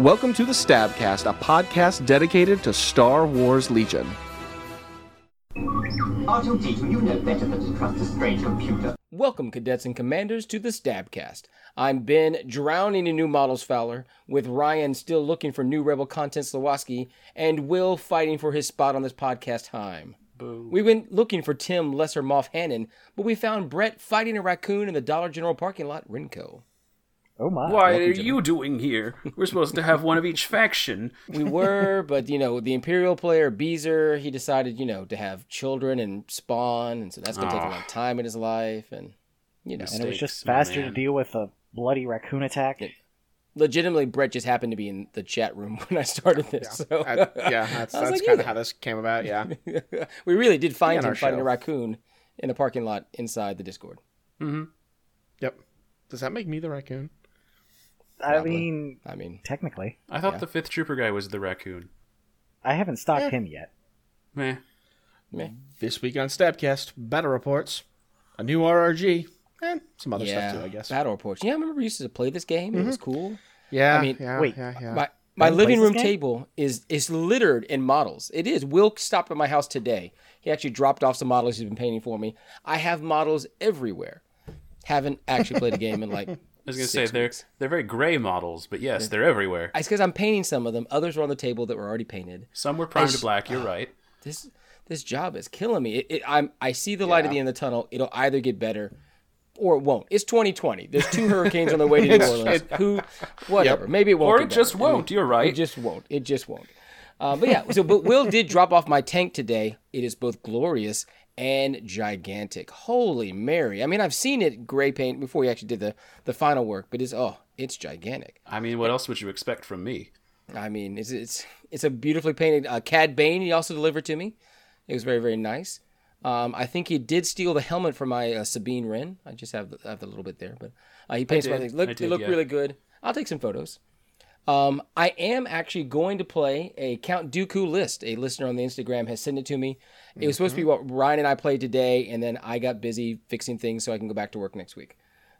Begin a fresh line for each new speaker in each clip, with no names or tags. Welcome to the Stabcast, a podcast dedicated to Star Wars Legion.
R2D2, you know better than to trust a strange computer.
Welcome, cadets and commanders, to the Stabcast. I'm Ben, drowning in new models Fowler, with Ryan still looking for new Rebel content Slowaski, and Will fighting for his spot on this podcast, Heim. We went looking for Tim Lesser Moff Hannon, but we found Brett fighting a raccoon in the Dollar General parking lot, Rinco.
Oh
Uh,
my!
Why are you doing here? We're supposed to have one of each faction.
We were, but you know, the Imperial player Beezer, he decided, you know, to have children and spawn, and so that's gonna take a
Aw.
long time in his life, and you know,
and it was just
Stakes,
faster to
man.
deal with a bloody raccoon attack.
legitimately, Brett just happened to be in the chat room when I started this. So
I- yeah, that's,
I
that's
was like,
kind
yeah.
of how this came about. Yeah,
we really did find
on
him
our
fighting a
show.
raccoon in a parking lot inside the Discord.
Mm-hmm.
yep. Does that make me the raccoon?
I mean,
I mean,
technically,
I thought the fifth trooper guy was the raccoon.
I haven't stalked him yet.
Meh.
meh.
This week on Stabcast, battle reports, a new RRG, and some other
yeah,
stuff too. I guess.
battle reports. Yeah, I remember we used to play this game. It was cool.
yeah.
I mean,
yeah,
wait,
Yeah, yeah.
My my
you played
living
this
room
game?
table is is littered in models. It is. Will stopped at my house today. He actually dropped off some models he's been painting for me. I have models everywhere. Haven't actually played a game in like.
I was gonna
six
say they're
weeks.
they're very gray models, but yes, they're everywhere.
It's because I'm painting some of them. Others were on the table that were already painted.
Some were primed
I s- uh,
to black. You're right.
This this job is killing me. It, it, I'm I see the light at the end of the tunnel. It'll either get better, or it won't. It's 2020. There's two hurricanes on the way to New Orleans. Who, whatever. Maybe it won't.
Or
get
it just
better. I mean,
won't. You're right.
It just won't. It just won't. Uh, but yeah, so but Will did drop off my tank today. It is both glorious and gigantic. Holy Mary! I mean, I've seen it gray paint before he actually did the the final work, but it's oh, it's gigantic.
I mean, what else would you expect from me?
I mean, it's it's it's a beautifully painted uh, Cad Bane. He also delivered to me. It was very very nice. Um, I think he did steal the helmet from my uh, Sabine Wren. I just have I have the little bit there, but uh, he painted my
did.
things. Look,
I
they
did,
look
yeah.
really good. I'll take some photos. Um, I am actually going to play a Count Dooku list. A listener on the Instagram has sent it to me. It was supposed to be
Mm-hmm.
what Ryan and I played today, and then I got busy fixing things so I can go back to work next week.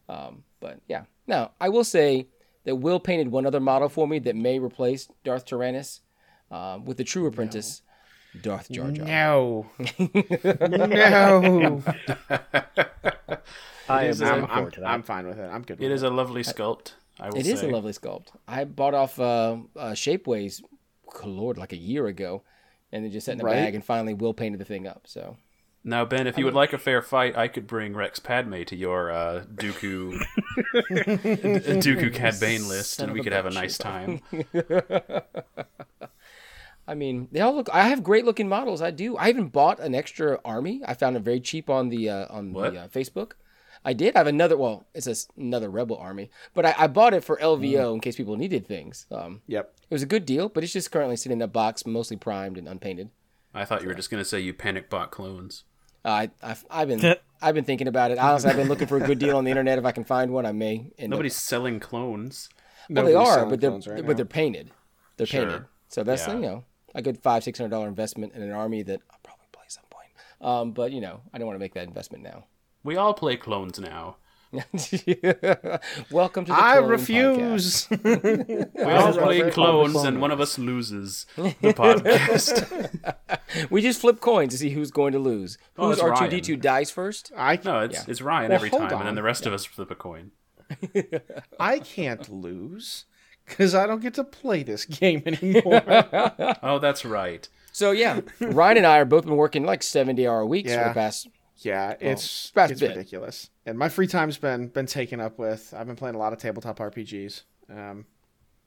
Um, but yeah. Now, I will say that Will painted one other model for me that may replace Darth Tyrannus um, with the true apprentice, Darth Jar Jar.
no. no.
I am
is
looking
I'm,
forward
I'm,
to that.
I'm fine with it. I'm good. With
It is a lovely sculpt. I will
Uh, It
say.
is a lovely sculpt. I bought off uh, uh, Shapeways, Lord, like a year ago, and then just set in a
Right.
bag, and finally Will painted the thing up. So
Now, Ben, if you would like a fair fight, I could bring Rex Padme to your uh, Dooku Dooku Cad Bane list,
Son
and
of
we
a
could have a
bitch.
nice time.
I mean, they all look. I have great looking models. I do. I even bought an extra army. I found it very cheap on the uh, on
What?
the uh, Facebook. I did. I have another. Well, it's a s another rebel army, but I, I bought it for LVO in case people needed things. Um,
Yep.
it was a good deal, but it's just currently sitting in a box, mostly primed and unpainted. Uh,
I thought you were just gonna say you panic bought clones.
I I've, I've been I've been thinking about it. Honestly, I've been looking for a good deal on the internet. If I can find one, I may. End up-
Nobody's selling clones.
Well, they
Nobody's
are,
selling
but they're
clones right
but they're
now.
painted. They're
Sure.
painted. So that's
Yeah.
you know a good five six hundred dollar investment in an army that I'll probably play at some point. Um, but you know I don't want to make that investment now.
We all play clones now.
Welcome to the
I
Clone
refuse.
We all play
Robert
clones,
Robert
and one of us loses the podcast.
Podcast. We just flip coins to see who's going to lose.
Oh,
Who's
that's
R two D two dies first?
I
No, it's it's Ryan
Well,
every
hold
time, and
on.
then the rest of us flip a coin.
I can't lose because I don't get to play this game anymore.
Oh, that's right.
So yeah, Ryan and I are both been working like seventy hour weeks for
Yeah.
the past.
yeah, it's
that's
it's
big.
ridiculous. And my free time's been been taken up with. I've been playing a lot of tabletop RPGs. Um,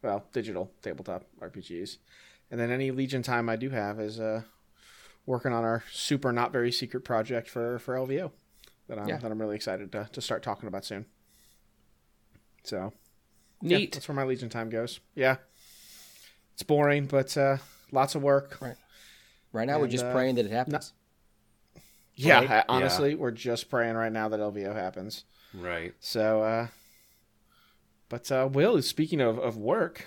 well, digital tabletop RPGs, and then any Legion time I do have is uh, working on our super not very secret project for for LVO that I'm
Yeah.
that I'm really excited to to start talking about soon. So yeah,
Neat.
that's where my Legion time goes. Yeah, it's boring, but uh, lots of work.
Right now, we're
And,
just
uh,
praying that it happens.
Yeah,
Right?
I- honestly, we're just praying right now that LVO happens.
Right.
So, uh, but uh, Will, speaking of, of work,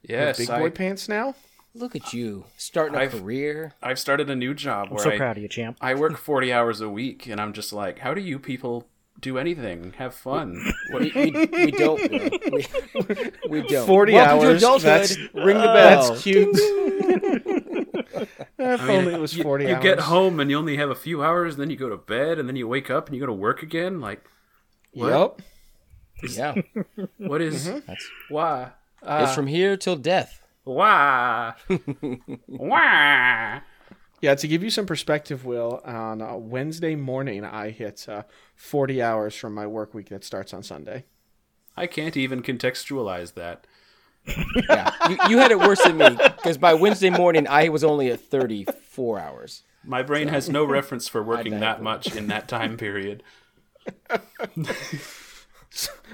you have
Yes,
big boy
I,
pants now.
Look at you starting a
I've-
career.
I've started a new job
I'm
where
so
I,
proud of you, champ.
I work 40 hours a week, and I'm just like, how do you people do anything. Have fun.
We,
What,
we, we don't. Will. We, we don't.
40
Welcome
hours.
To adulthood. Uh, Oh.
That's-
Ring the bell.
That's cute. if only it was
you,
40
you
hours.
get home and you only have a few hours, and then you go to bed, and then you wake up and you go to work again. Like,
Yep. Yeah.
what is-
Mm-hmm.
why?
Uh,
it's from here till death.
Why? why?
Yeah, to give you some perspective, Will, on uh, Wednesday morning, I hit uh, 40 hours from my work week that starts on Sunday.
I can't even contextualize that.
Yeah. You, you had it worse than me because by Wednesday morning I was only at 34 hours.
My brain has no reference for working
bet.
that much in that time period.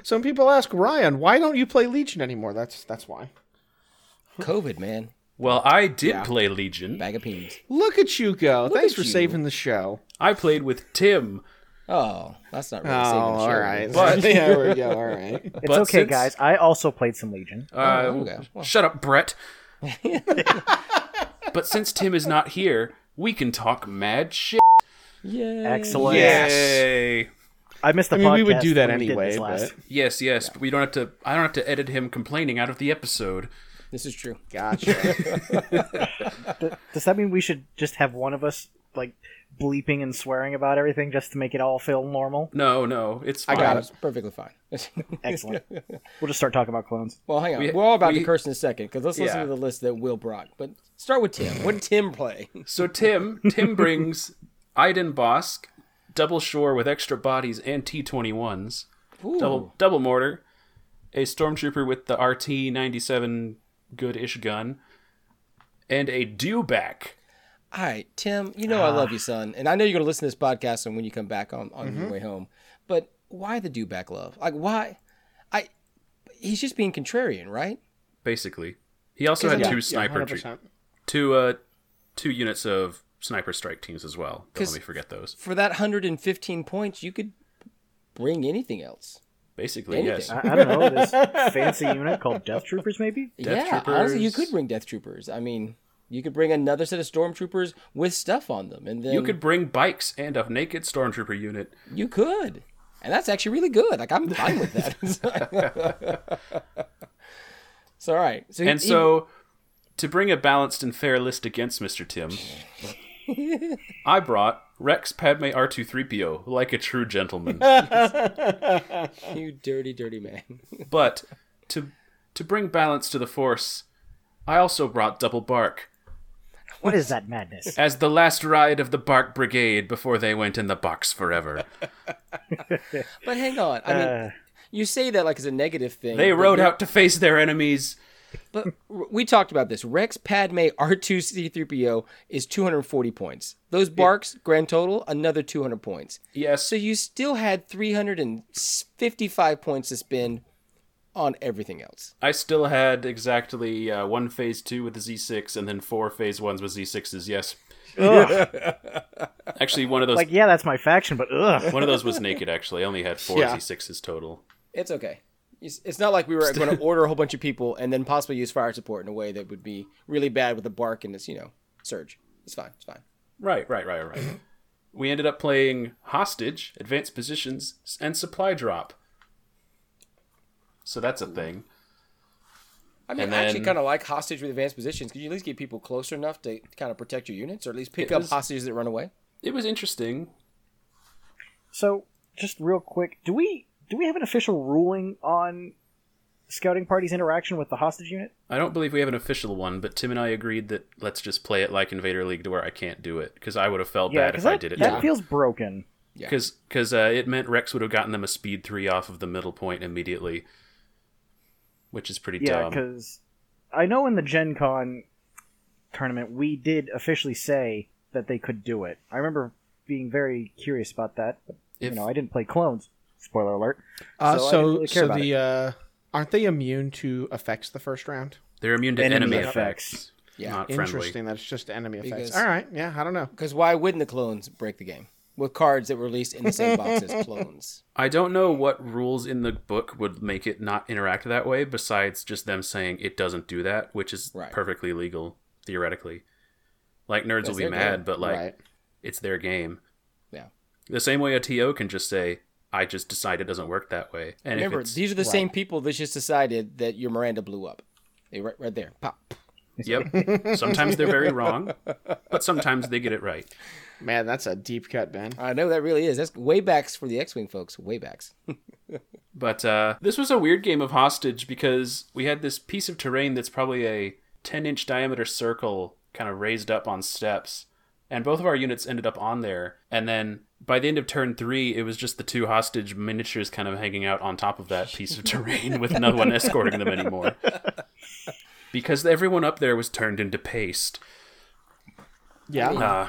Some people ask, Ryan, why don't you play Legion anymore? That's that's why.
COVID, man.
Well, I did play Legion.
Bag of peas.
Look at you go. Thanks
at
for
you.
saving the show.
I played with Tim.
Oh, that's not
Oh,
really saving the
all
show.
right.
But-
yeah, there we go. All right.
It's
But
okay,
since-
guys. I also played some Legion.
Uh,
Oh, okay. Well.
Shut up, Brett. but since Tim is not here, we can talk mad shit.
Yeah.
Excellent.
Yay.
I missed the
I mean,
podcast.
we would do that
when we did
anyway,
this last.
but
Yes, yes, but we don't have to. I don't have to edit him complaining out of the episode.
This is true.
gotcha.
Does that mean we should just have one of us like bleeping and swearing about everything just to make it all feel normal?
No, no, it's fine.
got
It's perfectly fine.
Excellent. we'll just start talking about clones.
well, hang on.
We-
We, are all about
we-
to curse in a second because let's listen
Yeah.
to the list that Will brought. But start with Tim. What did Tim play?
So Tim, Tim brings Iden Bosk, double shore with extra bodies and T twenty ones, double double mortar, a stormtrooper with the RT ninety seven good ish gun, and a dewback.
All right, Tim, you know I love
Ah.
you, son. And I know you're going to listen to this podcast and when you come back on, on
Mm-hmm.
your way home. But why the do back love? Like, why? I. He's just being contrarian, right?
Basically, he also had
Yeah,
two
yeah,
sniper tr-
100%.
two uh two units of sniper strike teams as well. Don't
'Cause-
let me forget those.
For that 115 points, you could bring anything else.
Basically,
Anything.
yes.
I, I don't know this fancy unit called Death Troopers, maybe.
Death
yeah, honestly, you
Troopers.
could bring death troopers. I mean, you could bring another set of stormtroopers with stuff on them, and then
You could bring bikes and a naked stormtrooper unit.
You could. And that's actually really good. Like I'm fine with that. so all right. So he-
And
he-
so, to bring a balanced and fair list against Mr. Tim, I brought Rex Padme R2-3PO like a true gentleman.
you dirty, dirty man.
but to to bring balance to the force, I also brought Double Bark
What is that madness?
as the last ride of the Bark Brigade before they went in the box forever.
But hang on. I mean,
Uh,
you say that like it's a negative thing.
They
but
rode
we-
out to face their enemies.
But we talked about this. Rex Padme R2 C3PO is 240 points. Those barks grand total another 200 points.
Yes,
So you still had 355 points to spend on everything else.
I still had exactly uh, one phase two with the Z6, and then four phase ones with Z6s. Yes,
ugh.
actually, one of those
Like, yeah, that's my faction, but ugh.
One of those was naked, actually. I only had four
Yeah.
Z6s total.
It's okay. It's, it's not like we were going to order a whole bunch of people and then possibly use fire support in a way that would be really bad with a bark and this, you know, surge. It's fine. It's fine.
Right, right, right, right. we ended up playing Hostage, Advanced Positions, and Supply Drop. So that's a thing.
I mean,
And
I actually
then-
kind of like hostage with advanced positions. Could you at least get people close enough to kind of protect your units or at least pick
It
up
was-
hostages that run away?
It was interesting.
So, just real quick, do we do we have an official ruling on scouting party's interaction with the hostage unit?
I don't believe we have an official one, but Tim and I agreed that let's just play it like Invader League to where I can't do it because I would have felt bad if
that,
I did it.
that feels broken.
Because because uh, it meant Rex would have gotten them a speed three off of the middle point immediately, which is pretty
Yeah,
dumb.
because I know in the Gen Con tournament we did officially say that they could do it. I remember being very curious about that. But,
If-
You know, I didn't play clones. Spoiler alert.
Uh,
So
so,
I
so,
didn't really care about
the uh, aren't they immune to effects the first round?
They're immune to
Enemy
enemy,
effects.
effects.
Yeah.
Not friendly.
Interesting. That's just enemy effects.
Because-
All right. Yeah. I don't know.
Because why wouldn't the clones break the game with cards that were released in the same box as clones?
I don't know what rules in the book would make it not interact that way besides just them saying it doesn't do that, which is
Right.
perfectly legal theoretically. Like nerds
That's
will be
their
mad,
game.
but like
right.
it's their game.
Yeah.
The same way a TO can just say I just decide it doesn't work that way. And
Remember,
if it's,
these are the same people that just decided that your Miranda blew up. They right, right there. Pop.
yep, sometimes they're very wrong, but sometimes they get it right.
Man, that's a deep cut, Ben.
I know that really is. That's way backs for the X-wing folks. Way backs.
But uh, this was a weird game of hostage because we had this piece of terrain that's probably a 10 inch diameter circle kind of raised up on steps. And both of our units ended up on there. And then by the end of turn three, it was just the two hostage miniatures kind of hanging out on top of that piece of terrain with no one escorting them anymore. Because everyone up there was turned into paste.
Yeah.
Uh, I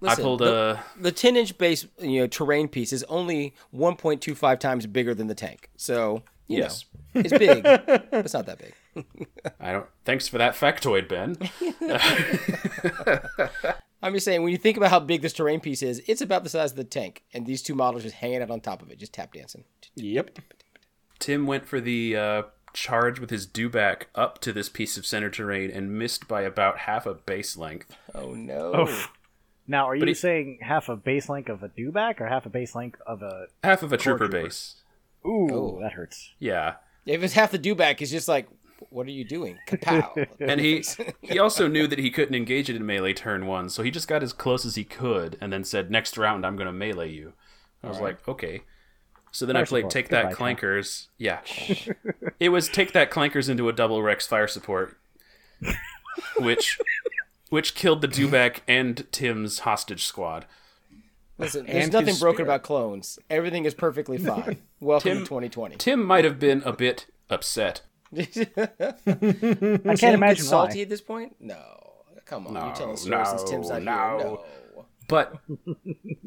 Listen,
pulled
the-
a.
the 10 inch base you know terrain piece is only 1.25 times bigger than the tank so you
Yes.
know, it's big but it's not that big
I don't. Thanks for that factoid, Ben.
i'm just saying when you think about how big this terrain piece is it's about the size of the tank and these two models just hanging out on top of it just tap dancing
Yep.
Tim went for the uh, charge with his dewback up to this piece of center terrain and missed by about half a base length.
oh no
Oof. Now, are you
he-
saying half a base length of a dewback or half a base length of a?
Half of a trooper,
trooper.
base.
Ooh,
Oh.
that hurts.
Yeah.
if it's half the dewback it's just like what are you doing kapow
And he he also knew that he couldn't engage it in melee turn one, so he just got as close as he could and then said, Next round I'm gonna melee you. I was like, Okay. So then I played
support.
Take That
Goodbye,
Clankers. Yeah. it was Take That Clankers into a double Rex fire support. Which which killed the Dewback and Tim's hostage squad.
listen there's
And
nothing
his
broken
spirit.
about clones everything is perfectly fine welcome to 2020
Tim might have been a bit upset.
I can't imagine
salty
why.
at this point no come on
No,
you're telling stories since
no,
tim's not
no.
here no
But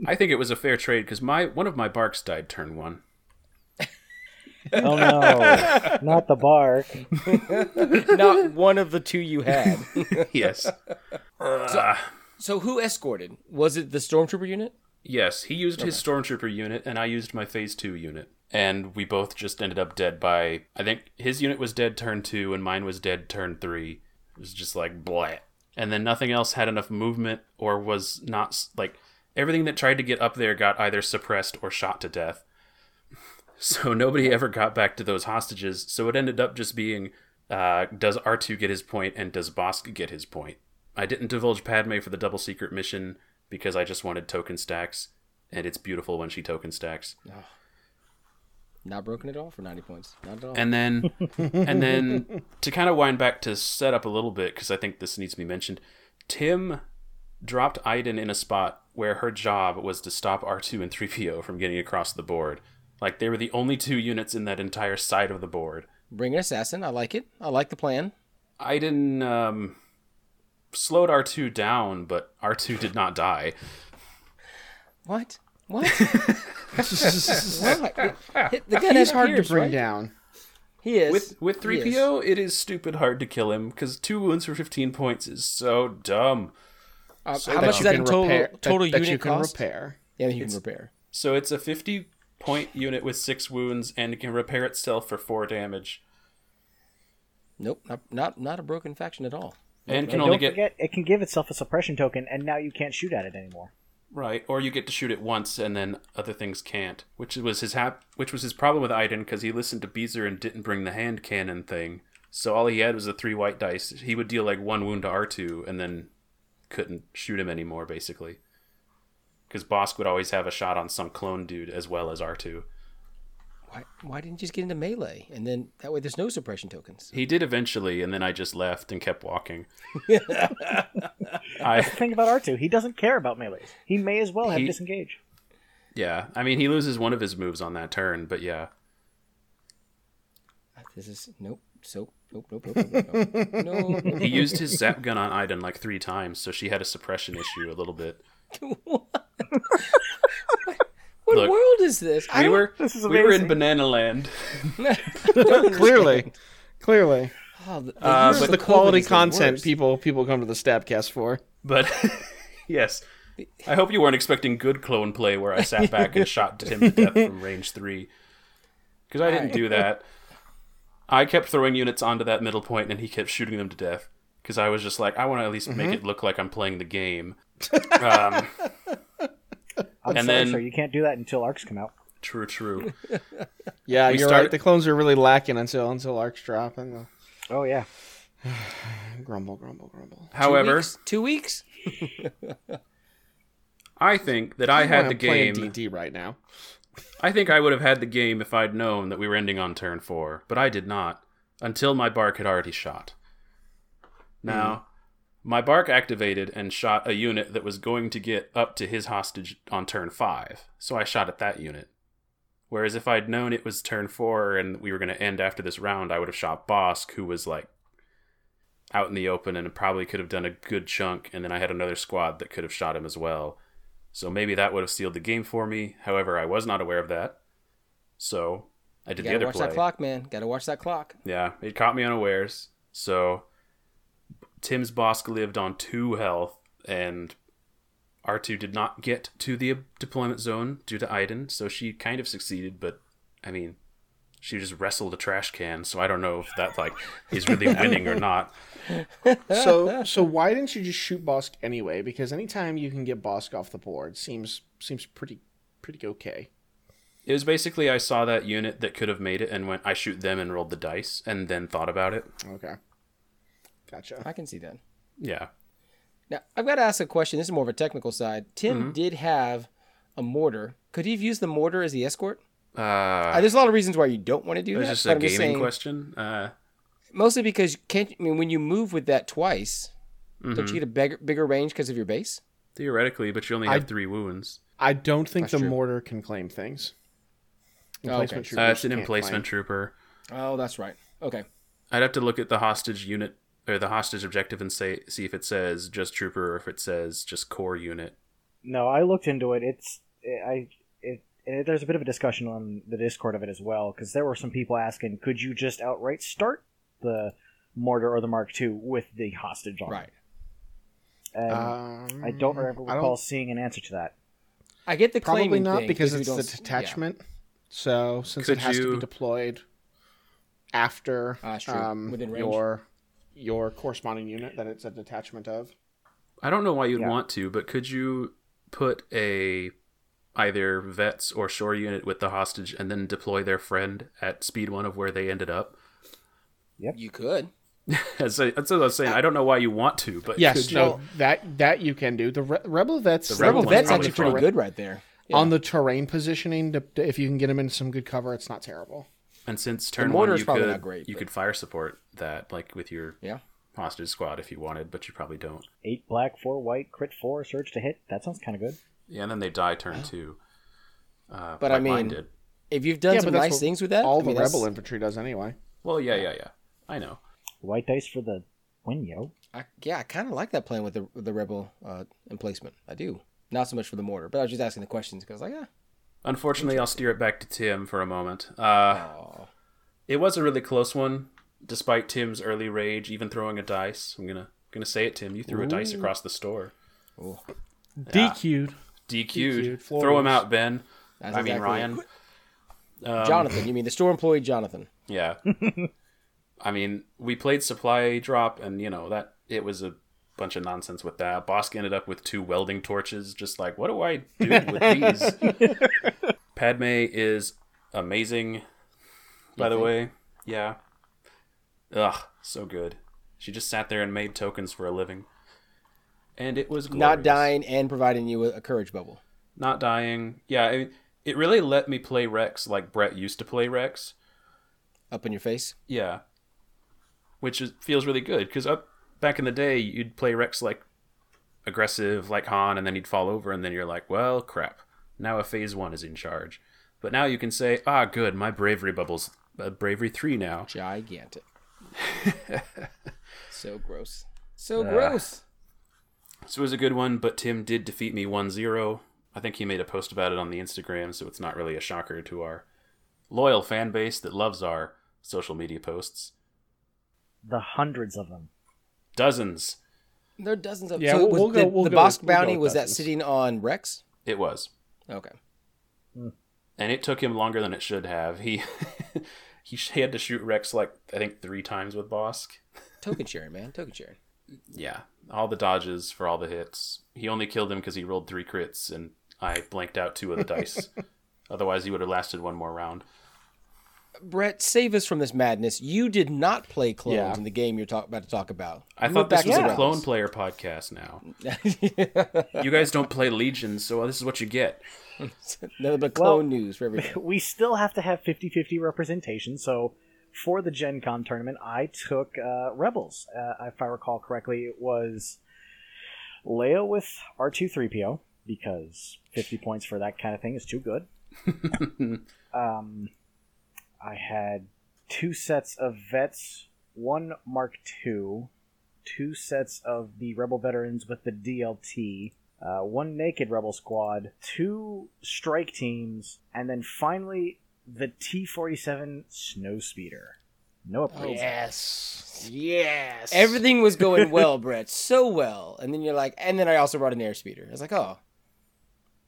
I think it was a fair trade because my one of my barks died turn one.
Oh no, not the bark.
not one of the two you had.
Yes,
so who escorted? Was it the stormtrooper unit?
yes. He used his stormtrooper unit, and I used my phase two unit, and we both just ended up dead by. I think his unit was dead turn two, and mine was dead turn three. It was just like blah, and then nothing else had enough movement or was not s- like everything that tried to get up there got either suppressed or shot to death. So nobody ever got back to those hostages. So it ended up just being uh, does R2 get his point and does Bosk get his point? I didn't divulge Padme for the double secret mission because I just wanted token stacks, and it's beautiful when she token stacks.
Not broken at all for 90 points. Not at all.
And then, and then to kind of wind back to set up a little bit because I think this needs to be mentioned. Tim dropped Iden in a spot where her job was to stop R2 and 3PO from getting across the board. Like they were the only two units in that entire side of the board.
Bring an assassin. I like it. I like the plan.
Iden um, slowed R2 down, but R2 did not die.
What? What? Why? The gun
He's
has
hard
ears,
to bring
right?
down.
He is.
With with
He is.
3PO, it is stupid hard to kill him because two wounds for 15 points is so dumb.
Uh,
so
how
that
much
you
is that
can
in total,
repair- that-
total
that
unit
you can
cost?
repair.
Yeah, you can repair.
So it's a 50 point unit with six wounds and it can repair itself for four damage
Nope. Not, not, not a broken faction at all.
and can
And
only
don't
get
forget, it can give itself a suppression token, and now you can't shoot at it anymore.
right or you get to shoot it once and then other things can't which was his hap- which was his problem with Iden because he listened to Beezer and didn't bring the hand cannon thing so all he had was the three white dice he would deal like one wound to R2 and then couldn't shoot him anymore basically because Bosk would always have a shot on some clone dude as well as R2
Why, why didn't you just get into melee? And then that way there's no suppression tokens.
he did eventually and then I just left and kept walking I
The thing about R2, he doesn't care about melees. He may as well have
He-
disengage.
Yeah, I mean he loses one of his moves on that turn, but yeah,
Uh, This is. Nope. So. Nope. Nope. Nope. Nope. Nope. nope. no, no,
he used his zap gun on Iden like three times, so she had a suppression issue a little bit.
What
Look,
world is this? I
We
don't-
were
This is
we were in
amazing.
Banana Land.
Clearly. Clearly.
Oh, the, the
Uh,
years
but
of
the
COVID
quality
is the
content
worst.
people people come to the stabcast for.
But yes, I hope you weren't expecting good clone play where I sat back and shot him to death from range three, because I didn't do that. I kept throwing units onto that middle point, and he kept shooting them to death. Because I was just like, I want to at least make it look like I'm playing the game. Um,
I'm
And
sorry,
then-
sir, you can't do that until arcs come out.
True, true.
Yeah,
We
you're
start-
right. The clones are really lacking until until arcs drop and uh,
Oh yeah.
grumble, grumble, grumble.
However,
two weeks.
I think that I had
I'm
the
playing
game.
DD right now.
I think I would have had the game if I'd known that we were ending on turn four, but I did not until my bark had already shot. Now,
Mm-hmm.
my bark activated and shot a unit that was going to get up to his hostage on turn five, so I shot at that unit. Whereas if I'd known it was turn four and we were going to end after this round, I would have shot Bosk, who was like out in the open and probably could have done a good chunk, and then I had another squad that could have shot him as well. So maybe that would have sealed the game for me. However, I was not aware of that. So I did the
Gotta
other
watch
play.
that clock, man. Gotta watch that clock.
Yeah, it caught me unawares. So Tim's Bosk lived on two health, and R2 did not get to the deployment zone due to Iden, so she kind of succeeded, but I mean, she just wrestled a trash can, so I don't know if that like is really winning or not.
So so why didn't you just shoot Bosk anyway? Because anytime you can get Bosk off the board seems seems pretty pretty okay.
It was basically I saw that unit that could have made it and went, I shoot them and rolled the dice, and then thought about it.
Okay, gotcha.
I can see that.
Yeah.
Now I've got to ask a question. This is more of a technical side. Tim
Mm-hmm.
did have a mortar. Could he have used the mortar as the escort?
Uh,
Uh, there's a lot of reasons why you don't want to do
it
that.
was just
but
a
I'm
gaming
saying-
question. Uh,
Mostly because can't I mean when you move with that twice, don't
Mm-hmm.
you get a bigger, bigger range because of your base?
theoretically, but you only had three wounds.
I don't think the
true.
mortar can claim things.
Oh,
Emplacement
okay.
Uh, it's
troopers
an
can't claim.
emplacement trooper.
Oh, that's right. Okay.
I'd have to look at the hostage unit or the hostage objective and say see if it says just trooper or if it says just core unit.
No, I looked into it. It's I it, it there's a bit of a discussion on the Discord of it as well because there were some people asking, could you just outright start the mortar or the Mark II with the hostage on? it?
Right.
And
Um,
I don't remember
I don't-
recall seeing an answer to that.
I get the
Probably
claiming
not
thing,
because
we
it's
don't
the
s- yeah.
detachment. So since
Could
it has to
you-
be deployed after
Ah, that's true.
um,
Within range.
your your corresponding unit that it's a detachment of.
I don't know why you'd
Yeah.
want to, but could you put a either vets or shore unit with the hostage and then deploy their friend at speed one of where they ended up?
You could.
That's that's what I was saying. I don't know why you want to, but
Yes,
could you-
no, that that you can do. The re- rebel vets,
The
that
Rebel
Rebel
one's
Vet's
probably
actually pretty
fine.
good right there.
on the terrain positioning. to- to- if you can get them into some good cover, it's not terrible.
and since turn one
mortar's
you
probably
could
not great,
you
but-
could fire support that like with your
Yeah.
hostage squad if you wanted, but you probably don't.
Eight black, four white, crit four, surge to hit. That sounds kind of good.
Yeah, and then they die turn two. Uh,
But I
like mine
mean-
did.
If you've done
Yeah,
some
but that's
nice
what
things with that,
All
I
the
mean, that's-
rebel infantry does anyway.
well, yeah, yeah, yeah. I know.
White dice for the win, yo.
I, yeah, I kind of like that playing with the with the rebel uh, emplacement. I do. Not so much for the mortar, but I was just asking the questions because like, yeah,
Unfortunately, I'll steer it back to Tim for a moment. Uh,
Oh.
it was a really close one, despite Tim's early rage, even throwing a dice. I'm gonna gonna say it, Tim. You threw a dice across the store.
DQ'd.
DQ'd.
DQ'd,
Throw him
Flores.
out, Ben.
that's
I mean
exactly-
Ryan.
Um,
Jonathan. You mean the store employee Jonathan?
Yeah. I mean, we played supply drop, and you know that it was a bunch of nonsense with that. Bosk ended up with two welding torches. Just like, what do I do with these? Padme is amazing. By the way, yeah. Ugh, so good. She just sat there and made tokens for a living, and it was
Not
glorious.
dying and providing you a, a courage bubble.
Not dying. Yeah, I mean, it really let me play Rex like Brett used to play Rex.
up in your face.
Yeah. Which is, feels really good because up back in the day, you'd play Rex like aggressive, like Han, and then he'd fall over, and then you're like, well, crap. Now a phase one is in charge. But now you can say, ah, good, my bravery bubbles, uh, bravery three now.
Gigantic. so gross. So gross.
So it was a good one, but Tim did defeat me 1 0. I think he made a post about it on the Instagram, so it's not really a shocker to our loyal fan base that loves our social media posts.
The hundreds of them.
Dozens.
There are dozens of
Yeah,
so
we'll-
it was
we'll
the,
go- we'll
the
go
Bosk
with- we'll go
bounty
with
was that
dozens.
sitting on Rex?
It was.
Okay.
and it took him longer than it should have. He he sh- had to shoot Rex like I think three times with Bosk.
Token sharing, man. Token sharing.
Yeah, all the dodges for all the hits. He only killed him because he rolled three crits, and I blanked out two of the dice. Otherwise, he would have lasted one more round.
Brett, save us from this madness. You did not play clones
Yeah.
in the game you're talk- about to talk about.
I
You
thought
went
this
back
was
to
a
the
clone
clones.
player podcast now. you guys don't play Legion, so this is what you get.
Nothing but clone
Well-
news for everybody.
we still have to have 50-50 representation so for the gen con tournament i took uh, rebels uh, if i recall correctly it was leia with r2-3po because 50 points for that kind of thing is too good um, i had two sets of vets one mark two two sets of the rebel veterans with the dlt uh, one naked rebel squad, two strike teams, and then finally the T forty seven snowspeeder.
Oh,
No upgrades.
Yes. Yes.
Everything was going well, Brett, so well. And then you're like, and then I also brought an airspeeder. I was like, oh.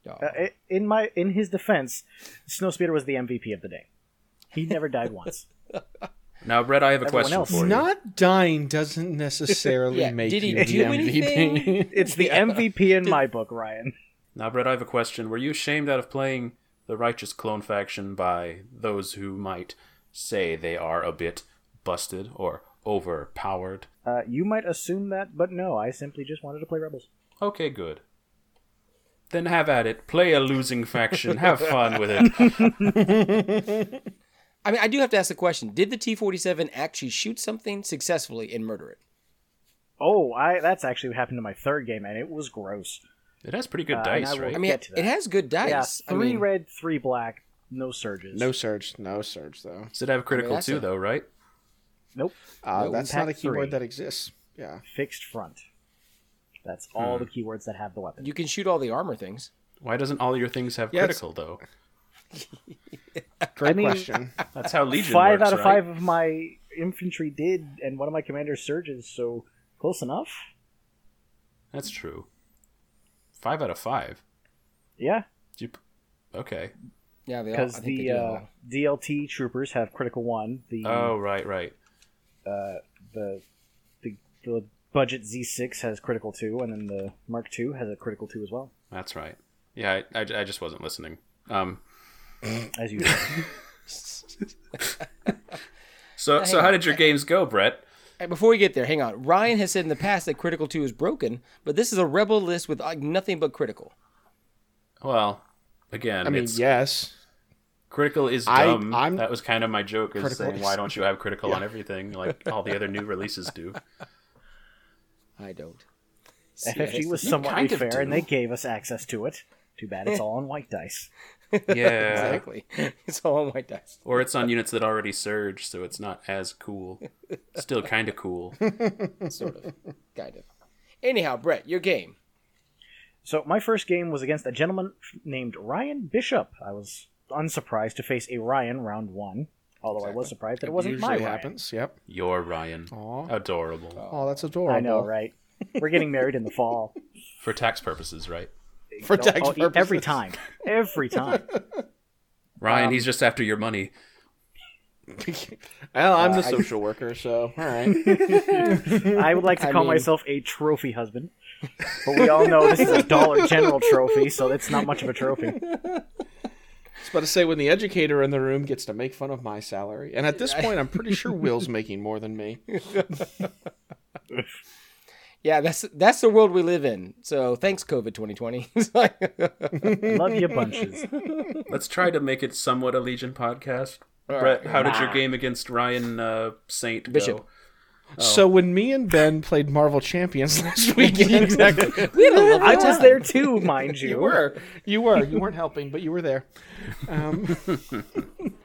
Oh.
Uh, i- in my in his defense, snowspeeder was the MVP of the day. He never died once.
Now, Brett, I have a
Everyone
question
else.
for you.
Not dying doesn't necessarily
Yeah,
make
did he
you the
do
MVP.
anything?
It's the MVP in my book, Ryan.
Now, Brett, I have a question. Were you shamed out of playing the Righteous Clone faction by those who might say they are a bit busted or overpowered?
Uh, you might assume that, but no, I simply just wanted to play rebels.
Okay, good. Then have at it. Play a losing faction. Have fun with it.
I mean, I do have to ask the question Did the T 47 actually shoot something successfully and murder it?
Oh, I that's actually what happened to my third game, and it was gross.
It has pretty good
Uh, and I
dice,
will-
right?
I mean,
Get
it,
to that.
has good dice.
Yeah,
I
three
mean,
red, three black, no surges.
no surge. No surge though.
Does it have critical
that's
too,
a-
though, right?
nope.
Uh,
No,
that's not a
impact
keyboard
three.
that exists. Yeah.
fixed front. That's all the keywords that have the weapon.
you can shoot all the armor things.
Why doesn't all your things have
Yeah, it's-
critical, though?
Great
I mean-
question.
That's how Legion
five
works,
out
right?
of five of my infantry did, and one of my commanders surges, so close enough.
That's true. Five out of five.
Yeah,
Do you... Okay.
Yeah, they all. I
because
think they
the
do
uh,
all.
DLT troopers have critical one. The
Oh, right, right.
uh, the the the budget Z6 has critical two, and then the Mark two has a critical two as well.
That's right. Yeah, I, I, I just wasn't listening. Um,
As you,
so, so how did your games go, Brett?
Hey, before we get there, hang on. Ryan has said in the past that Critical 2 is broken, but this is a rebel list with like, nothing but Critical.
Well, again,
I mean,
it's
yes.
critical is
I-
dumb.
I'm-
that was kind of my joke, is
Critical
saying
is-
why don't you have critical on everything like all the other new releases do?
I don't.
FFG was
you
somewhat
kind of
fair, and
do.
they gave us access to it. Too bad it's all on white dice.
Yeah,
Exactly. It's all on white dice.
or it's on units that already surge, so it's not as cool. Still kind of cool.
Sort of. kind of. Anyhow, Brett, your game.
So my first game was against a gentleman f- named Ryan Bishop. I was unsurprised to face a Ryan round one, although I was surprised that it wasn't my
usually
Ryan.
happens. Yep.
You're Ryan,
Aw.
adorable
Oh, that's adorable.
I know, right? We're getting married in the fall.
for tax purposes, right?
For
Oh,
tax
oh,
purposes.
Every time, every time.
Ryan,
Um,
he's just after your money.
Well, I'm the social worker, so all right.
I would like to
I
call
mean-
myself a trophy husband, but we all know this is a Dollar General trophy, so it's not much of a trophy.
I was about to say when the educator in the room gets to make fun of my salary, and at this point, I'm pretty sure Will's making more than me.
Yeah, that's that's the world we live in. So thanks, COVID 2020. It's like-
Love you bunches.
Let's try to make it somewhat a Legion podcast. Brett, how did your game against Ryan uh, Saint
Bishop.
go?
So when me and Ben played Marvel Champions last weekend, exactly.
we had a lovely
I was
time.
there too, mind you.
you were, you were, you weren't helping, but you were there.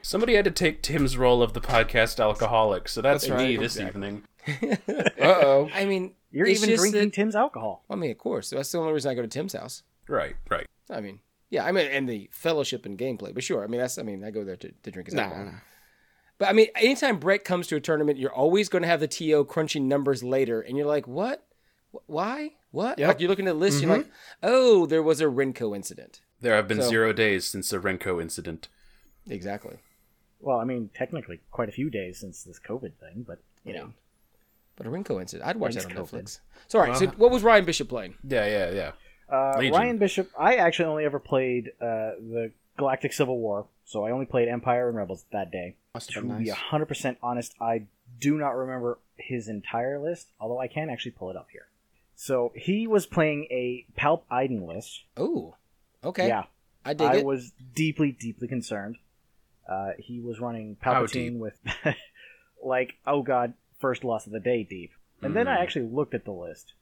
Somebody had to take Tim's role of the podcast alcoholic, so that's,
That's
me
right,
this evening.
Uh oh.
I mean,
You're
it's
even
just
drinking
that-
Tim's alcohol.
I mean, of course. That's the only reason I go to Tim's house.
Right, right.
I mean, yeah, I mean, and the fellowship and gameplay. But sure, I mean, that's, I mean, I go there to, to drink his alcohol. But I mean, anytime Brett comes to a tournament, you're always going to have the TO crunching numbers later, and you're like, what? Wh- Why? What?
Yep.
Like, you're looking at the list, you're like, oh, there was a Renko incident.
There have been
So-
zero days since the Renko incident.
Exactly.
Well, I mean, technically, quite a few days since this COVID thing, but you know.
But a Renko incident. I'd watch that on
It's COVID.
Netflix. So, all right,
Uh-huh.
so what was Ryan Bishop playing?
Yeah, yeah, yeah.
Uh,
Legion.
Ryan Bishop. I actually only ever played uh, the Galactic Civil War, so I only played Empire and Rebels that day.
Must
To
have been
be
nice.
100% honest, I do not remember his entire list, although I can actually pull it up here. So he was playing a Palp Iden list.
Oh, okay.
Yeah,
I dig
I
it.
was deeply, deeply concerned. Uh, he was running
How deep?
Palpatine with, like, oh god, first loss of the day deep. And then
Mm.
I actually looked at the list.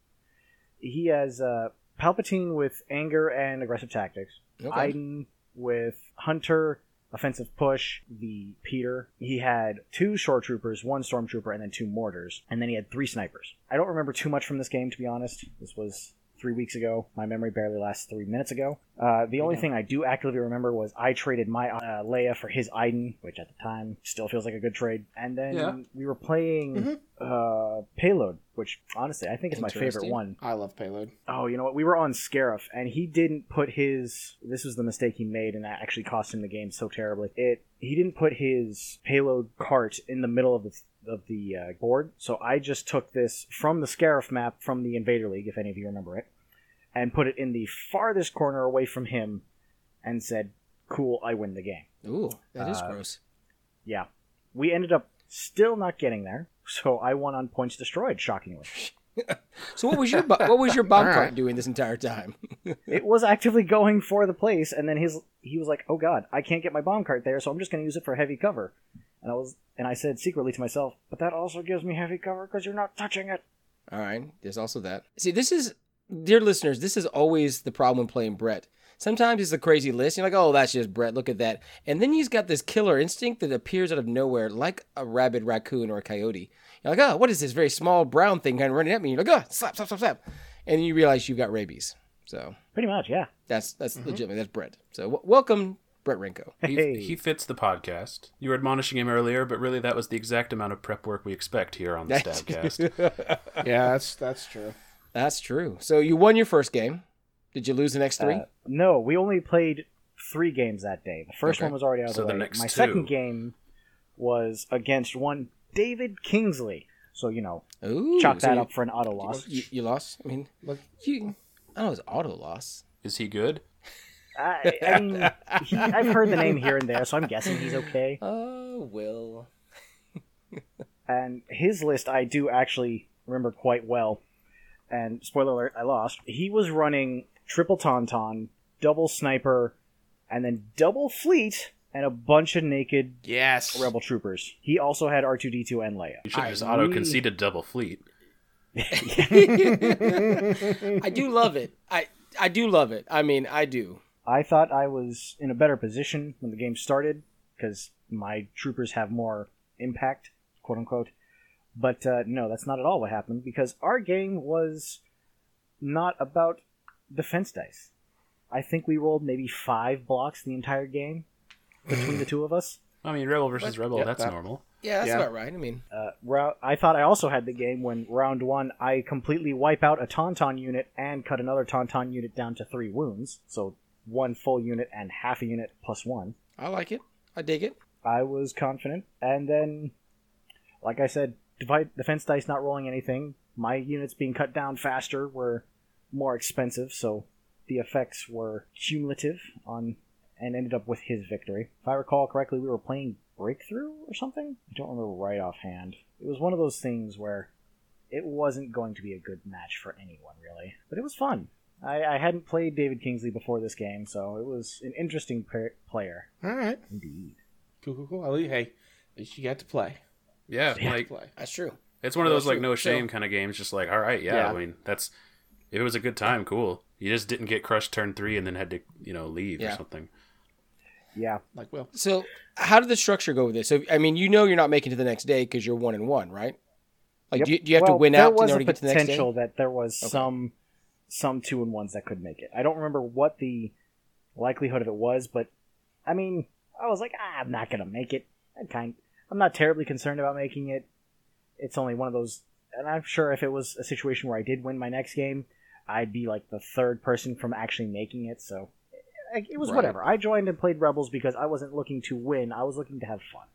He has uh, Palpatine with anger and aggressive tactics.
okay.
Iden with Hunter, offensive push, the Peter. He had two shore troopers, one stormtrooper, and then two mortars. And then he had three snipers. I don't remember too much from this game, to be honest. This was three weeks ago. My memory barely lasts three minutes ago. Uh, the only thing I do actively remember was I traded my uh, Leia for his Iden, which at the time still feels like a good trade. And then
Yeah.
we were playing uh, Payload, which honestly I think is my
Mm-hmm.
favorite
Interesting.
one
I love payload.
oh, you know what? We were on Scarif, and he didn't put his. This was the mistake he made, and that actually cost him the game so terribly. It he didn't put his payload cart in the middle of the of the uh, board, so I just took this from the Scarif map from the Invader League, if any of you remember it, and put it in the farthest corner away from him, and said, "Cool, I win the game."
Ooh, that is
uh,
gross.
Yeah, we ended up still not getting there, so I won on points destroyed. Shockingly,
So what was your bu- what was your bomb
All
cart
right.
doing this entire time?
it was actively going for the place and then his he was like oh god i can't get my bomb cart there so i'm just going to use it for heavy cover and i was and i said secretly to myself but that also gives me heavy cover because you're not touching it
All right. There's also that. See, this is, dear listeners, this is always the problem when playing Brett. Sometimes it's a crazy list. You're like, oh, that's just Brett. Look at that. And then he's got this killer instinct that appears out of nowhere, like a rabid raccoon or a coyote. You're like, oh, what is this very small brown thing kind of running at me? You're like, oh, slap, slap, slap, slap. And you realize you've got rabies. So
pretty much yeah
that's that's
Mm-hmm.
legitimate. That's Brett. So w- welcome, Brett Renko.
He,
Hey.
he fits the podcast. You were admonishing him earlier, but really that was the exact amount of prep work we expect here on the
That's-
Stabcast.
Yeah, that's that's true.
That's true. So you won your first game. Did you lose the next three?
Uh, no we only played three games that day the first
Okay.
one was already out of
So
the
the
way
next
my
two.
second game was against one david kingsley so you know
Ooh,
chalk
so
that
you-
up for an auto loss
You, you lost. I mean, you. I don't know. It's auto loss.
Is he good?
I, I mean, he, I've heard the name here and there, so I'm guessing he's okay.
Oh, Will.
and his list I do actually remember quite well. And spoiler alert, I lost. He was running triple tauntaun, double sniper, and then double fleet, and a bunch of naked
Yes.
rebel troopers. He also had R two D two and Leia.
You should have just
I
auto
really-
conceded double fleet.
I do love it. I I do love it. I mean, I do.
I thought I was in a better position when the game started because my troopers have more impact, quote unquote. But uh, no, that's not at all what happened because our game was not about defense dice. I think we rolled maybe five blocks the entire game between the two of us.
I mean, rebel versus rebel.
Yep,
that's
that-
normal.
Yeah, that's
Yeah.
about right. I mean,
Uh, rou- I thought I also had the game when round one I completely wipe out a Tauntaun unit and cut another Tauntaun unit down to three wounds. So one full unit and half a unit plus one.
I like it. I dig it.
I was confident. And then, like I said, devi- defense dice not rolling anything. My units being cut down faster were more expensive, so the effects were cumulative on and ended up with his victory. If I recall correctly, we were playing Breakthrough or something? I don't remember right offhand. It was one of those things where it wasn't going to be a good match for anyone, really. But it was fun. I, I hadn't played David Kingsley before this game, so it was an interesting pa- player.
All right.
Indeed.
Cool, cool, cool. At least- Hey, at least you got to play.
Yeah, like
Play.
That's true.
it's one of those like no
So-
shame kind of games. Just like, all right, yeah,
Yeah.
I mean, that's it was a good time. Cool. You just didn't get crushed turn three and then had to you know leave
Yeah.
or something.
Yeah.
Like Will.
So, how did the structure go with this? So, I mean, you know, you're not making it to the next day because you're one and one, right? Like,
Yep.
do, you, do you have to
Well,
win
there
out in
was a
order to get to the next day?
potential that there was some some two and ones that could make it. I don't remember what the likelihood of it was, but I mean, I was like, ah, I'm not gonna make it. I kind, I'm not terribly concerned about making it. It's only one of those, and I'm sure if it was a situation where I did win my next game, I'd be like the third person from actually making it. So like, it was
Right.
whatever. I joined and played Rebels because I wasn't looking to win. I was looking to have fun.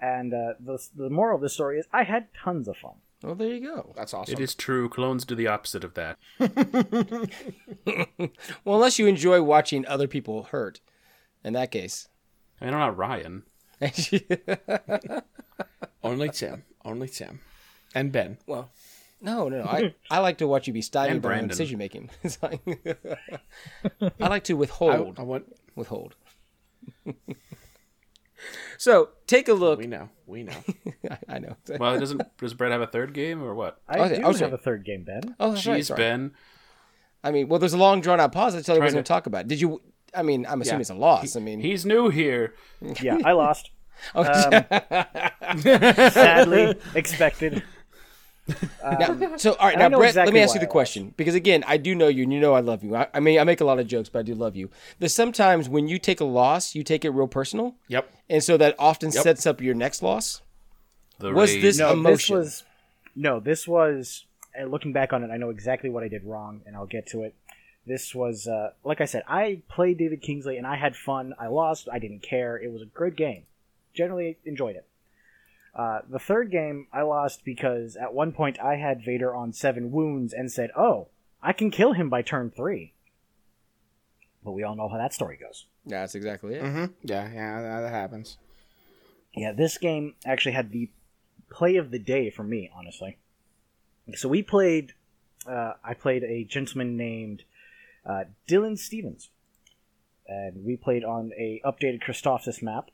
And uh, the the moral of the story is, I had tons of fun.
Well, there you go.
That's awesome.
It is true. Clones do the opposite of that.
Well, unless you enjoy watching other people hurt, in that case.
I mean, I'm not Ryan.
Only Tim. Only Tim. And Ben.
well, no, no, no. I, I like to watch you be stymied
And
by your own
Brandon.
decision making. It's like- I like to
I,
withhold.
I want.
withhold. so take a look.
We know. We know.
I, I know.
Well, doesn't does Brett have a third game or what?
I
Okay,
do
okay.
have a third game, Ben.
oh, that's
Jeez,
right, sorry.
Ben.
I mean, well, there's a long drawn out pause. I tell you what I was
Trying
going to
to-
talk about. Did you? I mean, I'm assuming
Yeah.
it's a loss. I mean,
He's new here.
Yeah, I lost.
Oh,
um, Sadly, expected.
now, so all right.
And
Now,
I know
Brett, let
exactly
me ask
why
you
I
the
lost.
question because again, I do know you, and you know I love you. I, I mean, I make a lot of jokes, but I do love you. There's sometimes when you take a loss, you take it real personal,
yep.
and so that often
Yep.
sets up your next loss.
The
Was
rage.
this-
No,
Emotion.
this was. No, this was. And looking back on it, I know exactly what I did wrong, and I'll get to it. This was, uh, like I said, I played David Kingsley and I had fun. I lost. I didn't care. It was a good game. Generally enjoyed it. Uh, the third game, I lost because at one point I had Vader on seven wounds and said, "Oh, I can kill him by turn three. But we all know how that story goes.
Yeah, that's exactly it.
hmm Yeah. Yeah. That, that happens.
Yeah, this game actually had the play of the day for me, honestly. So we played. Uh, I played a gentleman named uh, Dylan Stevens, and we played on a updated Christophsis map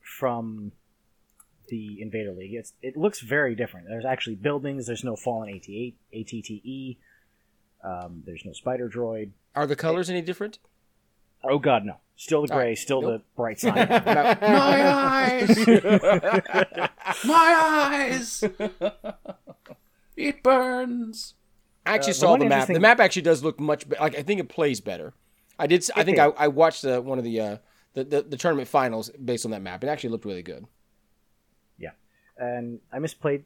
from the Invader League. It's, it looks very different. There's actually buildings. There's no Fallen AT8, ATTE. E, Um, there's no Spider Droid.
Are the colors any different?
Oh God, no! Still the gray. Still
nope.
the bright side.
My eyes.
My eyes. it burns.
I actually
Uh, the
saw
one
the map. The
interesting-
map actually does look much better. Like I think it plays better. I did. s- I think I, I watched uh one of the, uh, the the the tournament finals based on that map. It actually looked really good.
Yeah. And I misplayed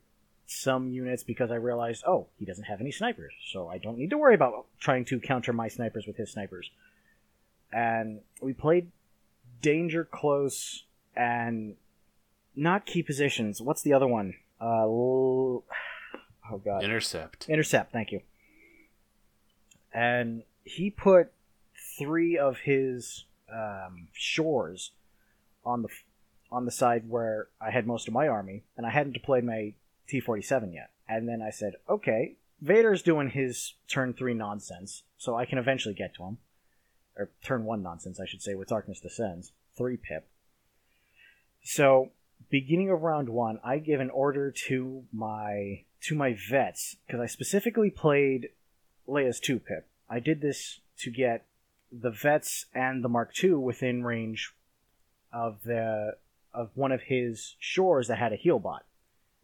some units because I realized, oh, he doesn't have any snipers, so I don't need to worry about trying to counter my snipers with his snipers. And we played danger close and not key positions. What's the other one? Uh, l- oh god,
Intercept.
intercept. Thank you. And he put three of his um, shores on the f- on the side where I had most of my army, and I hadn't deployed my T forty seven yet. And then I said, "Okay, Vader's doing his turn three nonsense, so I can eventually get to him, or turn one nonsense, I should say, with Darkness Descends, three pip." So, beginning of round one, I give an order to my to my vets because I specifically played Leia's two pip. I did this to get the vets and the Mark II within range of the of one of his shores that had a heal bot.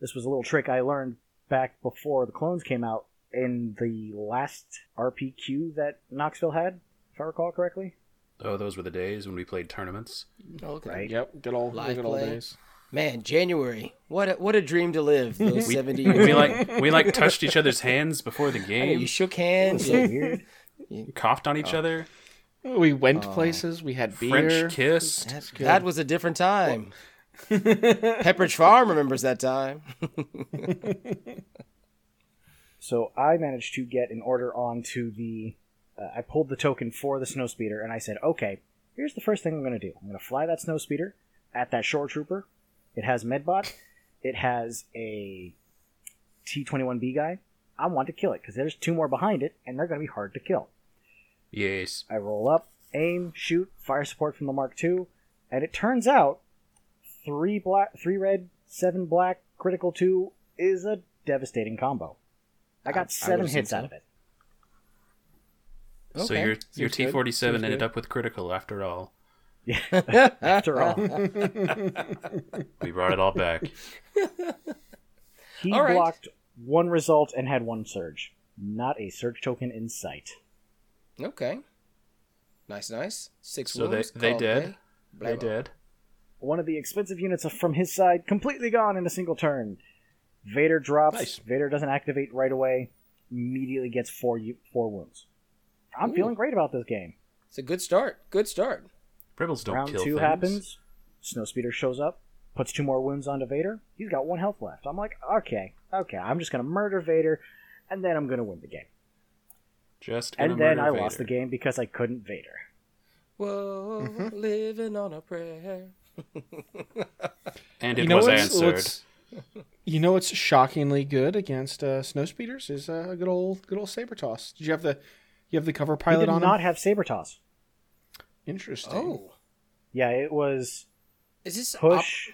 This was a little trick I learned back before the clones came out in the last RPQ that Knoxville had, if I recall correctly.
Oh, those were the days when we played tournaments.
Okay.
Right.
yep. Good old.
Live
good old
play.
days.
Man, January. What a, what a dream to live. Those seventy years.
We like we like touched each other's hands before the
I know, you
game.
shook hands.
So weird.
Coughed on each other.
We went
Uh,
places. We had beer.
French kissed.
That, that was a different time. Pepperidge Farm remembers that time.
So I managed to get an order onto the. Uh, I pulled the token for the snowspeeder, and I said, "Okay, here's the first thing I'm going to do. I'm going to fly that snowspeeder at that shore trooper. It has medbot. It has a T21B guy. I want to kill it because there's two more behind it, and they're going to be hard to kill.
Yes.
I roll up, aim, shoot, fire support from the Mark II, and it turns out three black, three red, seven black, critical two is a devastating combo. I got seven
would've
hits
said
out
so.
of it.
So
Okay.
your your
Seems
T
good.
forty seven
Seems
ended
good.
up with critical after all.
After all,
We brought it all back.
he
All right.
blocked one result and had one surge. Not a surge token in sight.
Okay. Nice, nice. Six
So they-
wounds,
they
call it a
did.
day. Blah,
they
blah.
did.
One of the expensive units from his side completely gone in a single turn. Vader drops.
Nice.
Vader doesn't activate right away. Immediately gets four u- four wounds. I'm
Ooh.
feeling great about this game.
It's a good start. Good start.
Rebels don't
Round
kill
two
things.
happens. Snowspeeder shows up, puts two more wounds onto Vader. He's got one health left. I'm like, okay, okay, I'm just gonna murder Vader, and then I'm gonna win the game.
Just gonna
And then
murder
I lost the
Vader.
game because I couldn't Vader.
Whoa,
Mm-hmm.
living on a prayer.
And it
You know
was
what's-
answered.
what's- you know what's shockingly good against uh, snowspeeders is uh, a good old good old saber toss. Did you have the you have the cover
We
pilot
did
on?
not
him?
have saber toss.
Interesting.
Oh,
Yeah, it was
is this op-
push,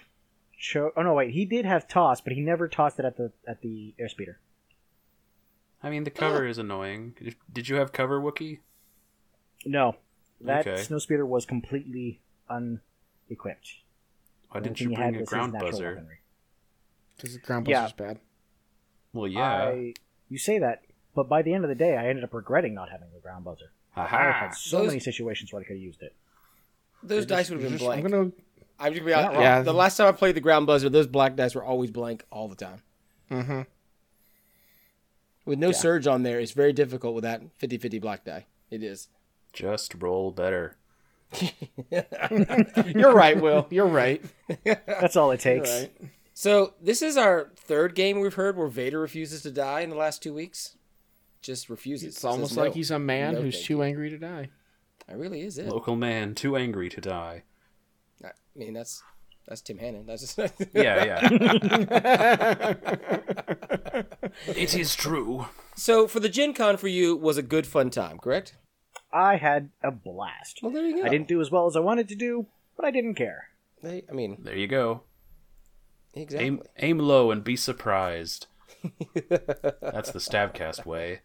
choke. Oh no, wait, he did have toss, but he never tossed it at the at the airspeeder.
I mean, the cover is annoying. Did- Did you have cover, Wookie?
No, that
Okay.
snowspeeder was completely unequipped.
Why
The
didn't
only
you
thing he had
bring a
was his
ground
natural
buzzer?
weaponry.
Because the ground
Yeah.
buzzer's bad.
Well, yeah.
I, you say that, but by the end of the day, I ended up regretting not having the ground buzzer. I
Aha.
had so
Those-
many situations where I could have used it.
those dice would have
You're
been
just-
blank.
I'm gonna
I'm just gonna be honest.
Yeah.
The last time I played the ground buzzer, those black dice were always blank all the time.
Mhm.
With no surge on there, it's very difficult with that 50-50 black die. It is.
Just roll better.
You're right, Will. You're right.
That's all it takes.
Right.
So this is our third game we've heard where Vader refuses to die in the last two weeks. Just refuses.
It's
Says
almost
no.
like he's a man
No,
who's
thank
too angry to die.
That really is it.
Local man too angry to die.
I mean, that's that's Tim Hannon. That's just
Yeah, yeah. it is true.
so for the Gen Con for you was a good fun time, correct?
I had a blast.
Well, there you go.
I didn't do as well as I wanted to do, but I didn't care.
They, I mean,
There you go.
exactly.
Aim, aim low and be surprised. That's the Stabcast way.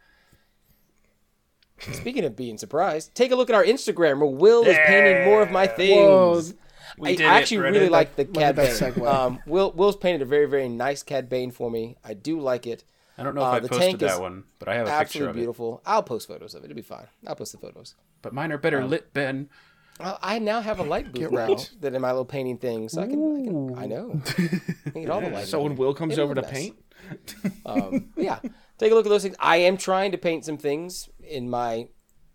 Speaking of being surprised, take a look at our Instagram where Will is painting more of my things.
We
I
did it,
actually
Brendan.
really like the
at
Cad
that
Bane.
segue.
Um, Will Will's painted a very very nice Cad Bane for me. I do like it.
I don't know if
uh,
I
the
posted
tank is
that one, but I have a picture
Absolutely
of it.
beautiful. I'll post photos of it. It'll be fine. I'll post the photos.
But mine are better lit, Ben.
Uh, I now have a light booth
Get
now
wrecked.
that in my little painting thing, so I can. I, can, I know. I can get all the light.
So when Will comes
It'll
over to
mess.
paint,
um, yeah, take a look at those things. I am trying to paint some things in my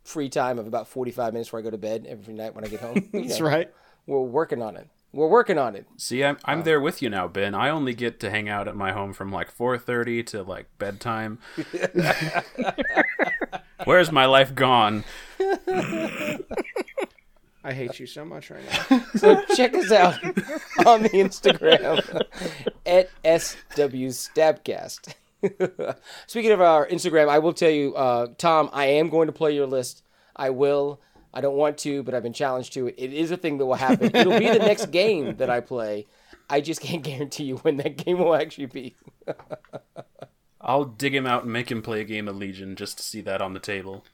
free time of about 45 minutes before I go to bed every night when I get home. You
that's
know,
right.
We're working on it. We're working on it.
See, I'm I'm there with you now, Ben. I only get to hang out at my home from like 4:30 to like bedtime. Where's my life gone?
I hate you so much right now.
So check us out on the Instagram at SW Stabcast. Speaking of our Instagram, I will tell you, uh, Tom, I am going to play your list. I will. I don't want to, but I've been challenged to it. It is a thing that will happen. It'll be the next game that I play. I just can't guarantee you when that game will actually be.
I'll dig him out and make him play a game of Legion just to see that on the table.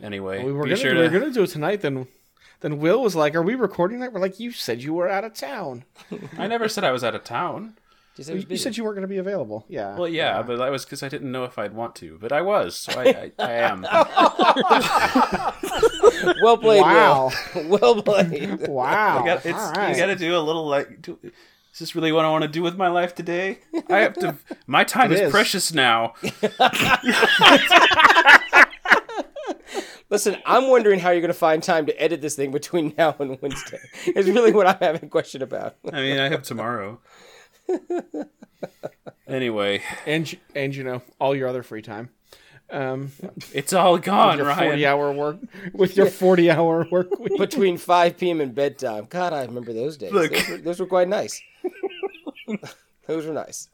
Anyway,
We were
be
gonna
sure
we were
to
gonna do it tonight. Then then Will was like, "Are we recording that?" We're like, "You said you were out of town.
I never said I was out of town.
Just
You, you said you weren't going to be available." Yeah.
Well, yeah, but that was because I didn't know if I'd want to, but I was, so I, I, I am.
well played,
Wow.
Will. well played.
Wow.
Got- it's-
All right.
You got to do a little like. Do, is this really what I want to do with my life today? I have to. My time
It
is,
is.
precious now.
Listen, I'm wondering how you're going to find time to edit this thing between now and Wednesday. It's really what I'm having a question about.
I mean, I have tomorrow. anyway,
and you- and you know all your other free time. Um,
it's all gone,
your
Ryan.
forty-hour work with your forty-hour work week.
Between 5 p.m. and bedtime. God, I remember those days.
Look.
Those, were, those were quite nice. those were nice.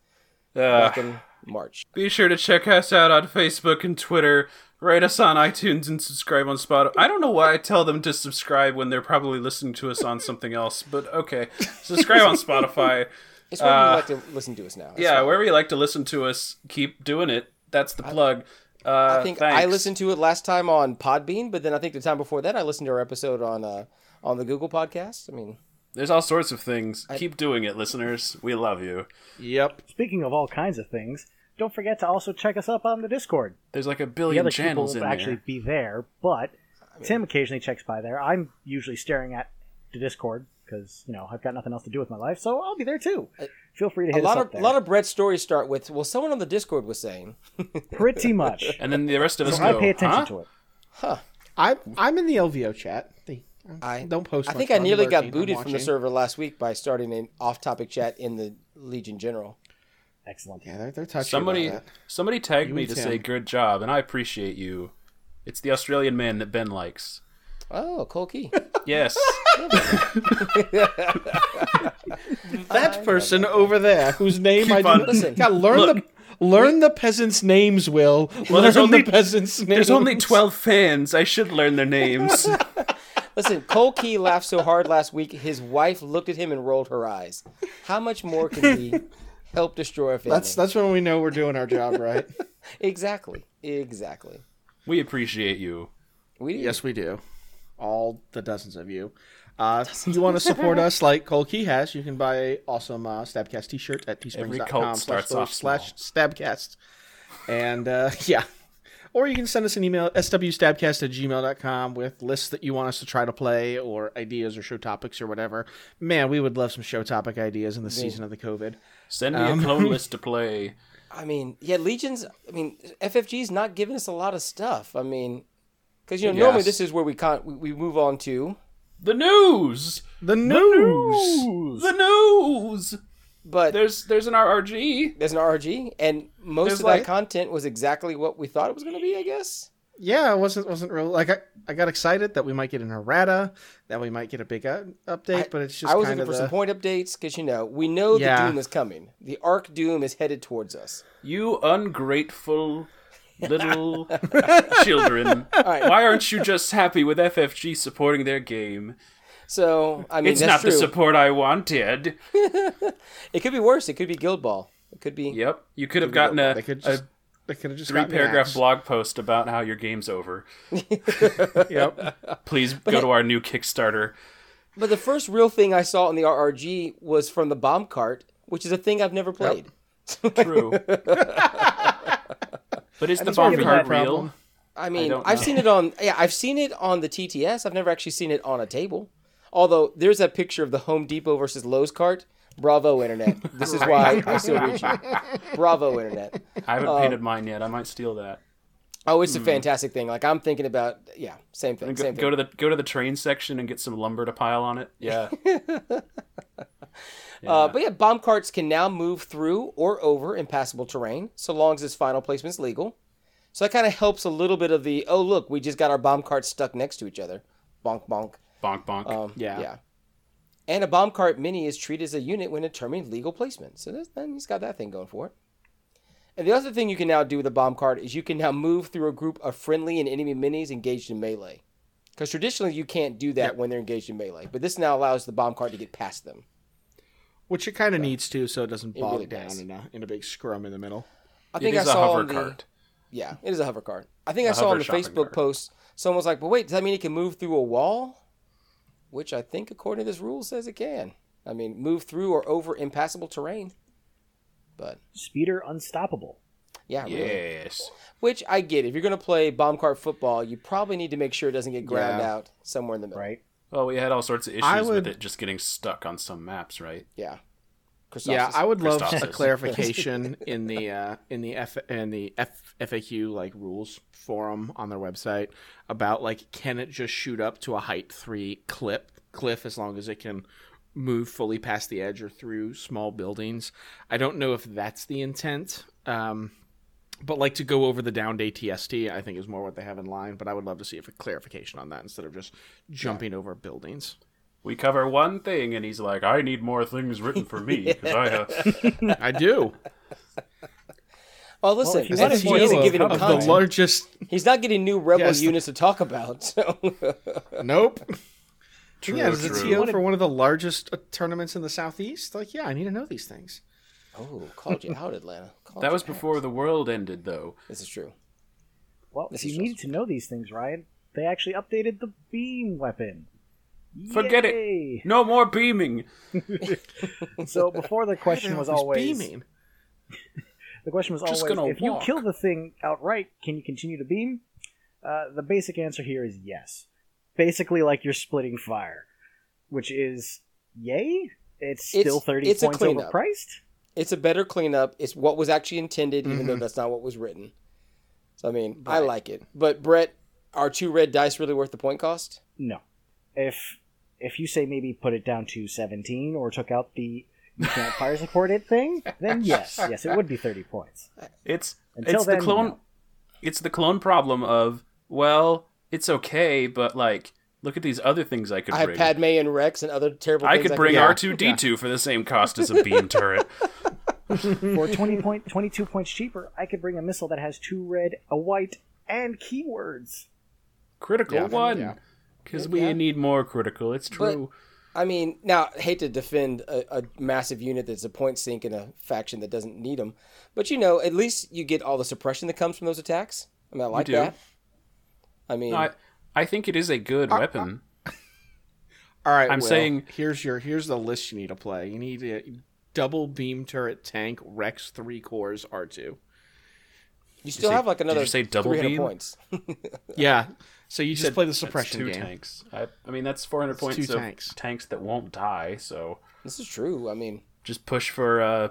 Uh,
Back in March.
be sure to check us out on Facebook and Twitter. Rate us on iTunes and subscribe on Spotify. I don't know why I tell them to subscribe when they're probably listening to us on something else, but okay. Subscribe on Spotify.
It's where you like to listen to us now. That's
Ah. Yeah,
fine.
wherever you like to listen to us, keep doing it. That's the plug. Uh,
I think
thanks.
I listened to it last time on Podbean, but then I think the time before that I listened to our episode on uh, on the Google Podcast. I mean,
There's all sorts of things. Keep doing it, listeners. We love you.
Yep.
Speaking of all kinds of things, don't forget to also check us up on the Discord.
There's like a
The
billion
other people
channels in
will actually
there.
be there, but Tim occasionally checks by there. I'm usually staring at the Discord because you know I've got nothing else to do with my life, so I'll be there too. Feel free to
a
hit
lot
us
of
up there.
a lot of Brett's stories start with well, someone on the Discord was saying,
Pretty much,
And then the rest of us
so I
go,
pay attention
huh?
to it.
I'm I'm in the LVO chat. The-
I-
don't post.
I
much,
think
but
I
I'm
nearly got
lurking, I'm
booted from the
watching.
server last week by starting an off-topic chat in the Legion General.
Excellent.
Yeah, they're, they're touching.
Somebody, somebody tagged
You
me
and
to
Tim.
say good job, and I appreciate you. It's the Australian man that Ben likes.
Oh, Cole Key.
Yes.
That person over there, whose name I
Keep on-
didn't
Listen,
God, learn
look.
the learn the peasants' names. Will
Well,
learn
there's only-
the peasants' names.
There's only 12 fans. I should learn their names.
Listen, Cole Key laughed so hard last week, his wife looked at him and rolled her eyes. How much more can he help destroy a family?
That's that's when we know we're doing our job right.
Exactly. Exactly.
we appreciate you.
We
yes, we do. All the dozens of you. Uh, you want to support us like Cole Key has? You can buy a awesome uh, Stabcast T-shirt at
Every
teesprings.com
cult
slash
starts
store
off small.
slash Stabcast, and uh, yeah, or you can send us an email swstabcast at gmail.com with lists that you want us to try to play or ideas or show topics or whatever. Man, we would love some show topic ideas in the season of the COVID.
Send me a clone list to play.
I mean, yeah, Legion's. I mean, FFG's not giving us a lot of stuff. I mean, because you know normally
Yes.
this is where we con- we, we move on to,
The news!
The news.
The news!
but there's,
There's there's an RRG.
an RG, and most
There's
of
like-
that content was exactly what we thought it was going to be. I guess.
yeah, it wasn't wasn't real. Like I, I got excited that we might get an errata, that we might get a big u- update, but it's just
I was
kind
looking
of
for
the,
some point updates because you know we know
Yeah.
the doom is coming. The Arc Doom is headed towards us.
You ungrateful little children. Why aren't you just happy with FFG supporting their game?
So I mean,
it's
that's
not
true.
the support I wanted.
it could be worse. It could be Guild Ball. It could be.
Yep. You could have gotten a,
They could
a
just they could have just
three
gotten an
paragraph
axe.
blog post about how your game's over.
Yep.
Please go to our new Kickstarter.
But the first real thing I saw in the RRG was from the Bomb Cart, which is a thing I've never played.
True. but is the
it's part
bomb
of
card
my problem.
real?
I mean,
don't
I've
know.
seen it on yeah, I've seen it on the TTS. I've never actually seen it on a table. Although there's that picture of the Home Depot versus Lowe's cart. Bravo, internet. This is why I still reach you. Bravo, internet.
I haven't painted mine yet. I might steal that.
Oh, it's a fantastic thing. Like I'm thinking about yeah, same thing,
Hmm. Go,
same
go
thing.
to the go to the train section and get some lumber to pile on it. Yeah.
Uh, but yeah, bomb carts can now move through or over impassable terrain, so long as its final placement's legal. So that kind of helps a little bit of the oh look, we just got our bomb carts stuck next to each other, bonk bonk.
bonk bonk.
Um,
Yeah.
Yeah. And a bomb cart mini is treated as a unit when determining legal placement. So that's, then he's got that thing going for it. And the other thing you can now do with a bomb cart is you can now move through a group of friendly and enemy minis engaged in melee. Because traditionally you can't do that when they're engaged in melee. But this now allows the bomb cart to get past them.
Which it kind of needs to, so it doesn't bog
really
down
does.
in a, in a big scrum in the middle.
I
it
think
is
I
a
saw
hover
on the,
cart.
Yeah, it is a hover cart. I think I saw
hover
on the
shopping
Facebook
cart.
post someone was like, "But wait, does that mean it can move through a wall?" Which I think, according to this rule, says it can. I mean, move through or over impassable terrain. But
Speeder unstoppable.
yeah, really.
Yes.
Which I get. If you're going to play bomb cart football, you probably need to make sure it doesn't get ground
Yeah.
out somewhere in the middle.
Right.
Well, we had all sorts of
I
issues
would-
with it just getting stuck on some maps, right?
Yeah. Oh,
Yeah,
Christophsis.
I would love a
Christophsis.
clarification in the uh, in the F in the F, FAQ like rules forum on their website about like can it just shoot up to a height three clip cliff as long as it can move fully past the edge or through small buildings. I don't know if that's the intent. Um, but like to go over the downed ATST, I think is more what they have in line. But I would love to see if a clarification on that instead of just jumping over buildings.
We cover one thing, and he's like, "I need more things written for me because I have."
I do.
Oh, listen,
if you
what
want
if
to
he isn't
know
giving him
of the
content?
largest.
He's not getting new rebel
Yes.
units to talk about. So
Nope.
True,
yeah, as a
true.
TO for one of the largest uh, tournaments in the southeast, like yeah, I need to know these things.
Oh, called you out, Atlanta. Called
That
you
was
out.
before the world ended, though.
This is true.
Well,
This
if you
is
needed to know these things, Ryan, they actually updated the beam weapon.
Forget
Yay!
it. No more beaming.
So before the question was always
beaming.
the question was
Just gonna
always if you
walk.
kill the thing outright, can you continue to beam? Uh, the basic answer here is yes. Basically, like you're splitting fire, which is yay. It's
It's-
still thirty
it's a
points
cleanup.
overpriced.
It's a better cleanup. It's what was actually intended, even though that's not what was written. So I mean, I like it. But Brett, are two red dice really worth the point cost?
No. If if you say maybe put it down to seventeen or took out the you can't fire support it thing, then yes, yes, it would be thirty points.
It's
Until
it's
then,
the clone.
no.
It's the clone problem of well, it's okay, but like Look at these other things I could
I have
bring.
Padme and Rex and other terrible.
I
things
could bring
yeah.
R two D two for the same cost as a beam turret.
For 20 point, 22 points cheaper, I could bring a missile that has two red, a white, and keywords.
Critical
Yeah, yeah.
one, because we need more critical. It's true.
I mean, now I hate to defend a, a massive unit that's a point sink in a faction that doesn't need them, but you know, at least you get all the suppression that comes from those attacks. I mean, I like
do.
that. I mean,
No, I, I think it is a good
Uh,
weapon.
All right,
I'm
Will,
saying-
here's your here's the list you need to play. You need a double beam turret tank Rex three cores R two.
you still have like
did you
another
say double
300
beam?
points.
Yeah, so you just
Said
play the
that's
suppression
two
game.
tanks. I, I mean, that's 400 points
two
of
tanks.
tanks that won't die. So
this is true. I mean,
just push for uh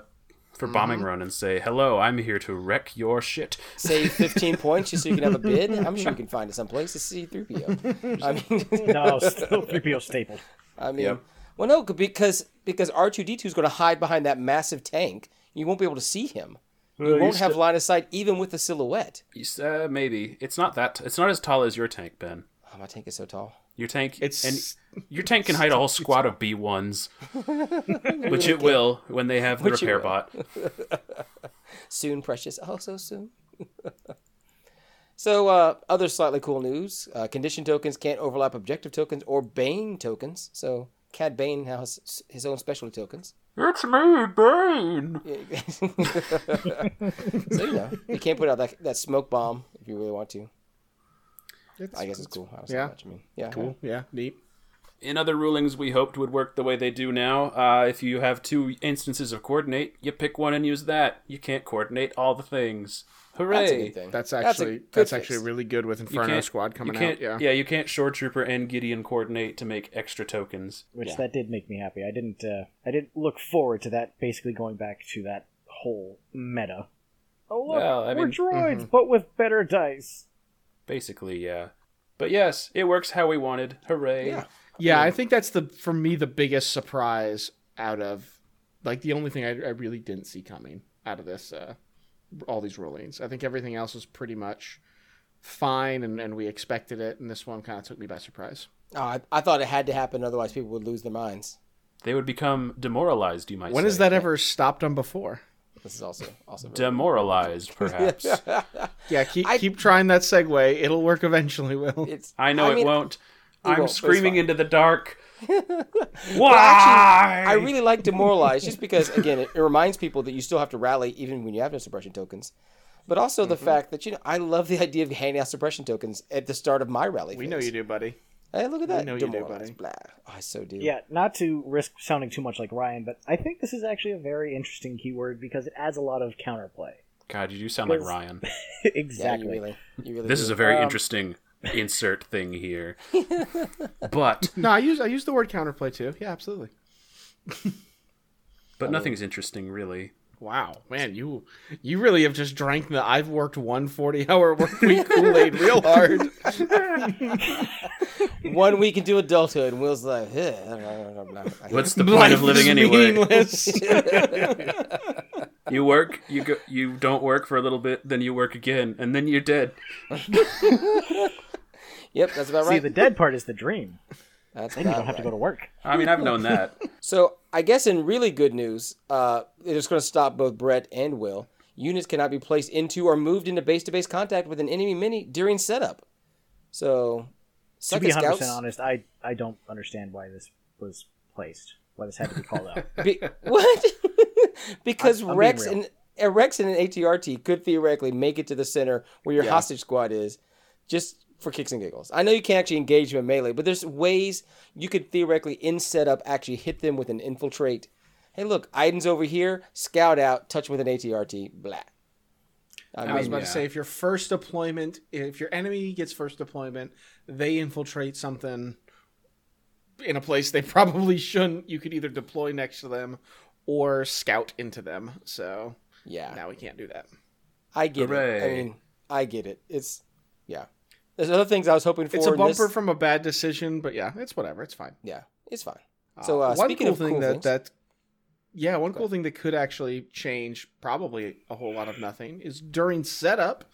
for
Mm-hmm.
bombing run and say hello. I'm here to wreck your shit.
save 15 points just so you can have a bid. I'm sure you can find it someplace. It's C3PO. I mean,
No, still 3PO staple.
I mean,
Yep.
well, no, because because R2D2 is going to hide behind that massive tank. You won't be able to see him. You won't have line of sight even with the silhouette.
You s- Uh, maybe it's not that. It's not as tall as your tank, Ben.
Oh, my tank is so tall.
Your tank.
It's-
and your tank can hide a whole squad of B ones, which it will when they have the
Which it
repair
will.
bot.
soon, precious. Oh, so soon. so, uh, other slightly cool news: uh, condition tokens can't overlap objective tokens or Bane tokens. So, Cad Bane now has his own specialty tokens.
It's me, Bane.
so you know you can't put out that, that smoke bomb if you really want to. I guess it's cool. I don't
yeah.
yeah. Much. I mean, yeah.
Cool. Yeah, neat.
in other rulings we hoped would work the way they do now, uh, if you have two instances of coordinate, you pick one and use that. You can't coordinate all the things. Hooray!
That's a good thing.
That's
a
actually
good
that's,
fix.
actually really good with
You
Inferno
can't-
Squad coming
you can't,
out. Yeah.
you can't Shore Trooper and Gideon coordinate to make extra tokens.
which that did make me happy. I didn't uh, I didn't look forward to that basically going back to that whole meta. Oh look,
Well, I
we're
mean- mm-hmm.
droids, but with better dice.
Basically, yeah. But yes, it works how we wanted. Hooray!
Yeah.
Yeah, I think that's the for me the biggest surprise out of like the only thing I, I really didn't see coming out of this uh, all these rulings. I think everything else was pretty much fine and, and we expected it, and this one kind of took me by surprise.
Oh, I, I thought it had to happen, otherwise people would lose their minds.
They would become demoralized. You might.
When
say.
has that ever stopped them before?
This is also also very
demoralized? Perhaps.
Yeah, keep
I-
keep trying that segue. It'll work eventually. Will
It's
I know it
mean,
won't.
won't,
I'm
but it's
screaming
fine.
into the dark.
actually,
Why?
I really like demoralized just because again it, it reminds people that you still have to rally even when you have no suppression tokens. But also
Mm-hmm.
the fact that you know I love the idea of handing out suppression tokens at the start of my rally.
we know you do, buddy.
Hey, look at that.
know you do,
Demoralized, Blah. Oh, I so do.
Yeah, not to risk sounding too much like Ryan, but I think this is actually a very interesting keyword because it adds a lot of counterplay.
God, you do sound like
Was-
Ryan.
Yeah,
exactly.
you really, you really
This
do.
is a very
Um,
interesting insert thing here. but
No, I use I use the word counterplay too. Yeah, absolutely.
but nothing's interesting really.
Wow, man, you you really have just drank the I've worked one 40 hour work week Kool Aid real hard.
one week into adulthood, and Will's like, "Huh, I don't know, blah, blah, blah."
What's the point of living anyway?
Meaningless.
You work, you go, you don't work for a little bit, then you work again, and then you're dead.
yep, that's about
See,
right.
the dead part is the dream.
that's
Then you
about
don't have to
right.
go to work.
I mean, I've known that.
So I guess in really good news, uh, it's going to stop both Brett and Will. Units cannot be placed into or moved into base-to-base contact with an enemy mini during setup. So,
To
suck
be
it,
100
scouts.
percent honest, I I don't understand why this was placed. Why this had to be called out.
Be- what? because
I'm being
Rex
real.
and a Rex and an ATRT could theoretically make it to the center where your hostage squad is, just for kicks and giggles. I know you can't actually engage them in melee, but there's ways you could theoretically in setup actually hit them with an infiltrate. Hey, look, Iden's over here. Scout out. Touch with an ATRT. Blah. I
I was
mean,
about to say, if your first deployment, if your enemy gets first deployment, they infiltrate something in a place they probably shouldn't. You could either deploy next to them or scout into them. So
yeah,
now we can't do that.
I get it. I
Hooray.
mean, I get it. It's yeah. There's other things I was hoping for.
It's a
in this-
bumper from a bad decision, but yeah, it's whatever. It's fine.
Yeah, it's fine. So uh,
Ah, one
speaking
cool
of
thing
cool
that
things,
that yeah, one cool thing that could actually change probably a whole lot of nothing is during setup.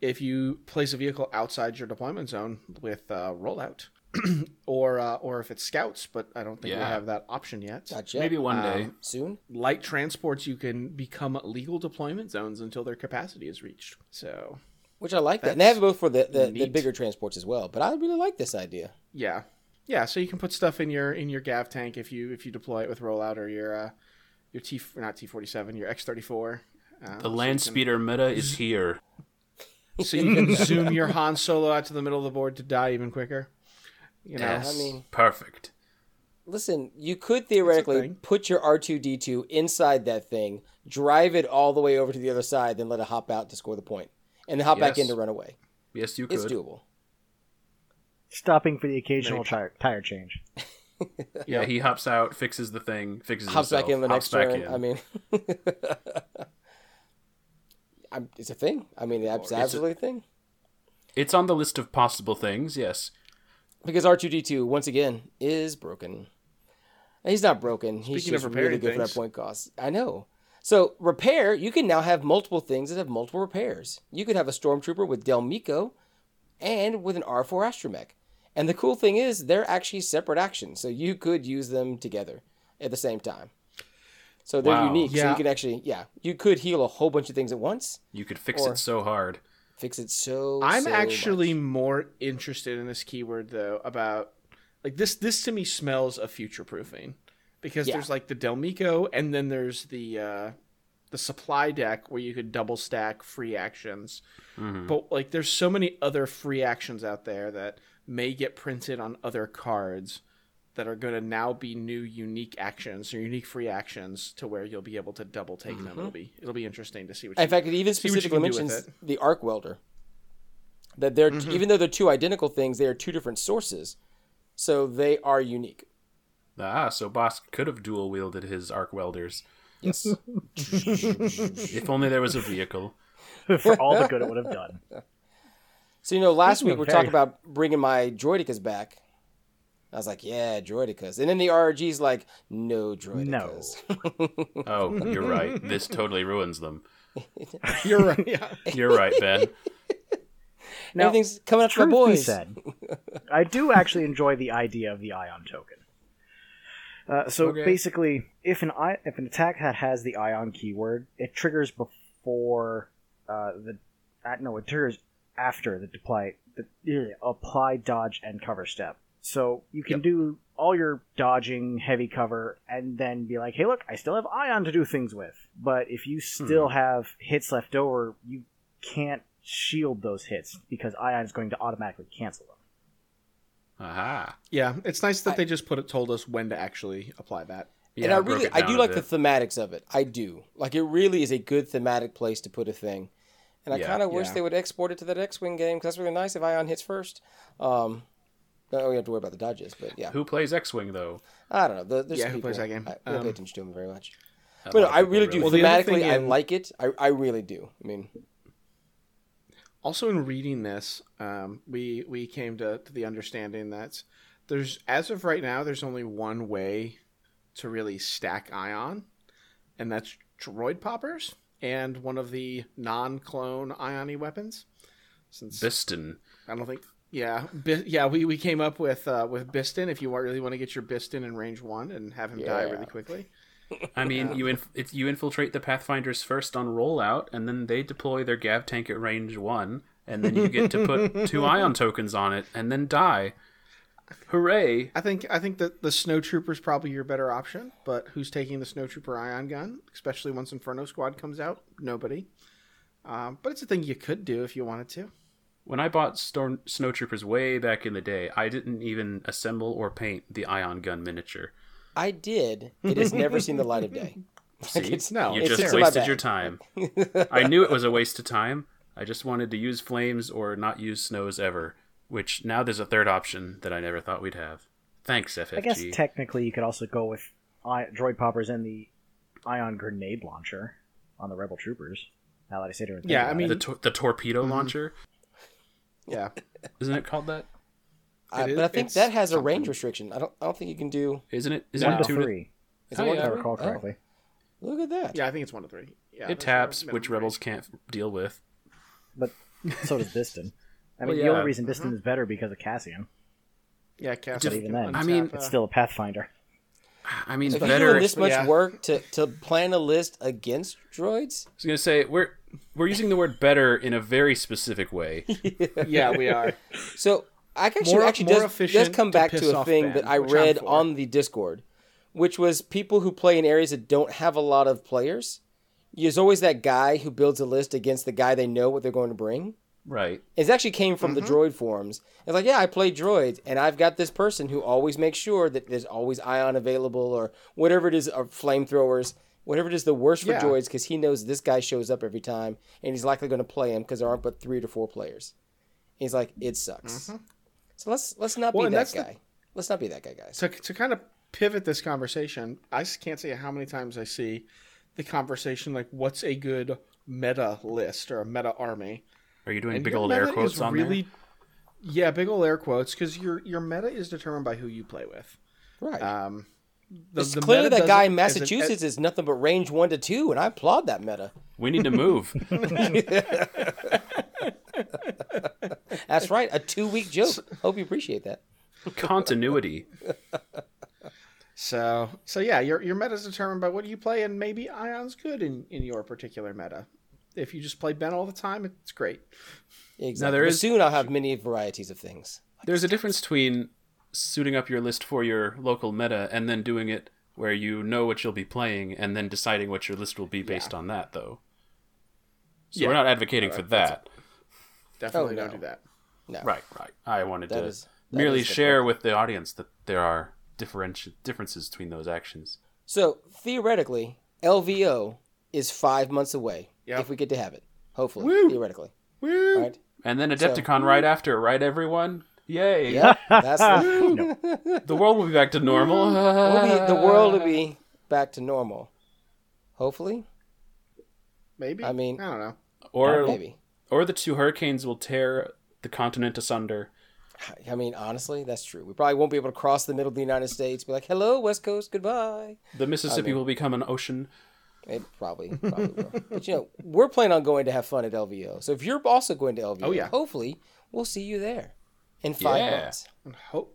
If you place a vehicle outside your deployment zone with uh, rollout, or uh, or if it's scouts, but I don't think we
Yeah.
have that option yet.
Not yet.
Maybe one day.
soon.
Light transports you can become legal deployment zones until their capacity is reached. So
Which I like that. And they have it both for the, the, the
neat.
bigger transports as well. But I really like this idea.
yeah, yeah. So you can put stuff in your in your Gav tank if you if you deploy it with rollout or your uh, your T not T forty seven your X thirty four.
The land speeder meta is here.
So you can zoom your Han Solo out to the middle of the board to die even quicker. You know,
Yes.
I mean-
Perfect.
Listen, you could theoretically
thing.
put your R2D2 inside that thing, drive it all the way over to the other side, then let it hop out to score the point, and then hop back in to
Yes.
run away.
Yes, you could.
It's doable.
Stopping for the occasional tire, tire change.
Yeah, he hops out, fixes the thing, fixes
Hops
himself,
back in the next
hops back
turn.
in.
I mean, I'm, it's a thing. I mean, it's absolutely a thing.
it's on the list of possible things. Yes,
Because R2D2, once again, is broken. He's not broken. He's
Speaking of
just really
repairing
good for that
things.
point cost. I know. So repair, you can now have multiple things that have multiple repairs. You could have a stormtrooper with Del Mico and with an R4 astromech. And the cool thing is they're actually separate actions, so you could use them together at the same time. So they're
Wow.
unique. So
Yeah.
you could actually yeah, you could heal a whole bunch of things at once,
you could fix
Or-
it so hard.
fix it so
I'm
so
actually
much.
more interested in this keyword though about like this this to me smells of future proofing because
Yeah.
there's like the Delmico and then there's the uh the supply deck where you could double stack free actions.
Mm-hmm.
But like there's so many other free actions out there that may get printed on other cards that are going to now be new unique actions or unique free actions to where you'll be able to double take
Mm-hmm.
them. It'll be it'll be interesting to see what
In fact, it even
See what you
specifically
can do with
mentions
it. Mm-hmm.
the arc welder. That they're even though they're two identical things, they are two different sources, so they are unique.
Ah, so Bosk could have dual wielded his arc welders.
Yes,
if only there was a vehicle.
for all the good it would have done.
So you know, last week we were
Okay.
talking about bringing my droidicas back. I was like, "Yeah, droidicas," and then the RG's like, "No droidicas."
Oh, you're right. This totally ruins them.
you're right. Yeah.
You're right, Ben.
Now,
Everything's coming up for
truth
my
be
boys.
said, I do actually enjoy the idea of the ion token. Uh, so
Okay.
basically, if an I- if an attack hat has the ion keyword, it triggers before uh, the uh, no, it triggers after the deploy the yeah, apply dodge and cover step. So you can do all your dodging, heavy cover, and then be like, hey, look, I still have ion to do things with. But if you still have hits left over, you can't shield those hits because ion is going to automatically cancel them.
Aha.
Yeah, it's nice that they just put it told us when to actually apply that.
Yeah,
and I
broke
really,
it
I
down
do
a
like the
bit.
thematics of it. I do like it. Really, is a good thematic place to put a thing. And I
Yeah,
kind of wish
yeah.
they would export it to that X-wing game because that's really nice if Ion hits first. Um, oh, we have to worry about the dodges, but yeah,
Who plays X-wing though?
I don't know. The, there's
Yeah,
some
who
people-
plays that game?
I, I don't
Um,
pay attention to them very much.
A
But no,
lot of
I
people
really do.
Well, the other
Thematically,
thing
I
in-
like it. I, I really do. I mean,
Also, in reading this, um, we we came to, to the understanding that there's as of right now, there's only one way to really stack ion, and that's droid poppers and one of the non-clone ioni weapons. Since
Biston.
I don't think. Yeah, Bi- yeah, we, we came up with uh, with Biston. If you want, really want to get your Biston in range one and have him die
Yeah.
really quickly,
I mean, you inf- it's, you infiltrate the Pathfinders first on rollout, and then they deploy their Gav tank at range one, and then you get to put two ion tokens on it, and then die. Hooray!
I think I think that the snowtrooper is probably your better option, but who's taking the snowtrooper ion gun, especially once Inferno Squad comes out? Nobody. Um, but it's a thing you could do if you wanted to.
When I bought Storm Snowtroopers way back in the day, I didn't even assemble or paint the ion gun miniature.
I did. It has never seen the light of day.
See,
It's-
no,
you
it's
just
into my
wasted
bag.
your time. I knew it was a waste of time. I just wanted to use flames or not use snows ever. Which now there's a third option that I never thought we'd have. Thanks, FFG.
I guess technically you could also go with I- droid poppers and the ion grenade launcher on the rebel troopers. Now that I sit here and think
Yeah, I
about it.
mean- mm-hmm.
the, tor- the torpedo launcher.
Yeah,
Isn't it called that?
I,
It is-
but I think
it's
that has a
something.
range restriction. I don't. I don't think you can do.
Isn't it? Isn't
one
it
to three,
Is
Oh,
one
yeah,
if I
I
to-
recall
oh,
correctly.
look at that.
yeah, I think it's one of three. Yeah,
It
there's
taps,
no
which
minimum
rebels
range.
can't deal with.
But so does Biston. I mean,
Well,
the
yeah.
only reason Biston is better because of Cassian.
Yeah, cast.
Def-
even then.
I mean-
Uh.
it's still a Pathfinder.
I mean,
If you're
better.
doing this much
yeah.
work to, to plan a list against droids,
I was gonna say we're we're using the word better in a very specific way.
yeah, we are.
So I actually
More-
actually
more
does, does
efficient
come
to
back to,
piss
a
off
thing
band,
that I
which I'm
read
for.
on the Discord, which was people who play in areas that don't have a lot of players. There's always that guy who builds a list against the guy they know what they're going to bring.
Right.
It actually came from the droid forums. It's like, yeah, I play droids, and I've got this person who always makes sure that there's always ion available or whatever it is, or flamethrowers, whatever it is, the worst for
Yeah.
droids because he knows this guy shows up every time, and he's likely going to play him because there aren't but three to four players. He's like, it sucks. So let's let's not
Well,
be
and
that
that's the-
guy. Let's not be that guy, guys.
to, to kind of pivot this conversation, I s- can't say how many times I see the conversation like, "What's a good meta list or a meta army?"
Are you doing
And
big
your
old air
meta
quotes
is
on there?
Yeah, big old air quotes because your your meta is determined by who you play with.
Right.
Um, the,
it's
the
clearly
meta
that guy in
doesn't- e-, isn't-
Massachusetts is nothing but range one to two, and I applaud that meta.
We need to move.
That's right, a two week joke. Hope you appreciate that.
Continuity.
So so yeah, your your meta is determined by what you play, and maybe Ion's good in in your particular meta. If you just play Ben all the time, it's great.
Exactly.
there
But
is-
soon I'll have many varieties of things.
There's a difference between suiting up your list for your local meta and then doing it where you know what you'll be playing and then deciding what your list will be based on that, though. So we're
Yeah.
not advocating for that.
Definitely
Oh,
don't
no.
do that.
Right, right. I wanted
That
to
is- that
merely
is the
share with the audience that there are differenti- differences between those actions.
So theoretically, LVO is five months away
Yeah.
if we get to have it. Hopefully, theoretically.
Woo!
Right?
And then Adepticon right after, right, everyone? Yay!
Yeah, that's the,
The world will be back to normal.
we'll be- the world will be back to normal. Hopefully,
Maybe
I mean-
I don't know.
or
maybe.
or the two hurricanes will tear the continent asunder.
I mean, honestly, that's true. We probably won't be able to cross the middle of the United States. Be like, hello, West Coast, goodbye.
The Mississippi will become an ocean.
It probably, probably will. But you know, we're planning on going to have fun at LVO. So if you're also going to LVO,
Oh, yeah.
hopefully we'll see you there in five
Yeah.
months.
And hope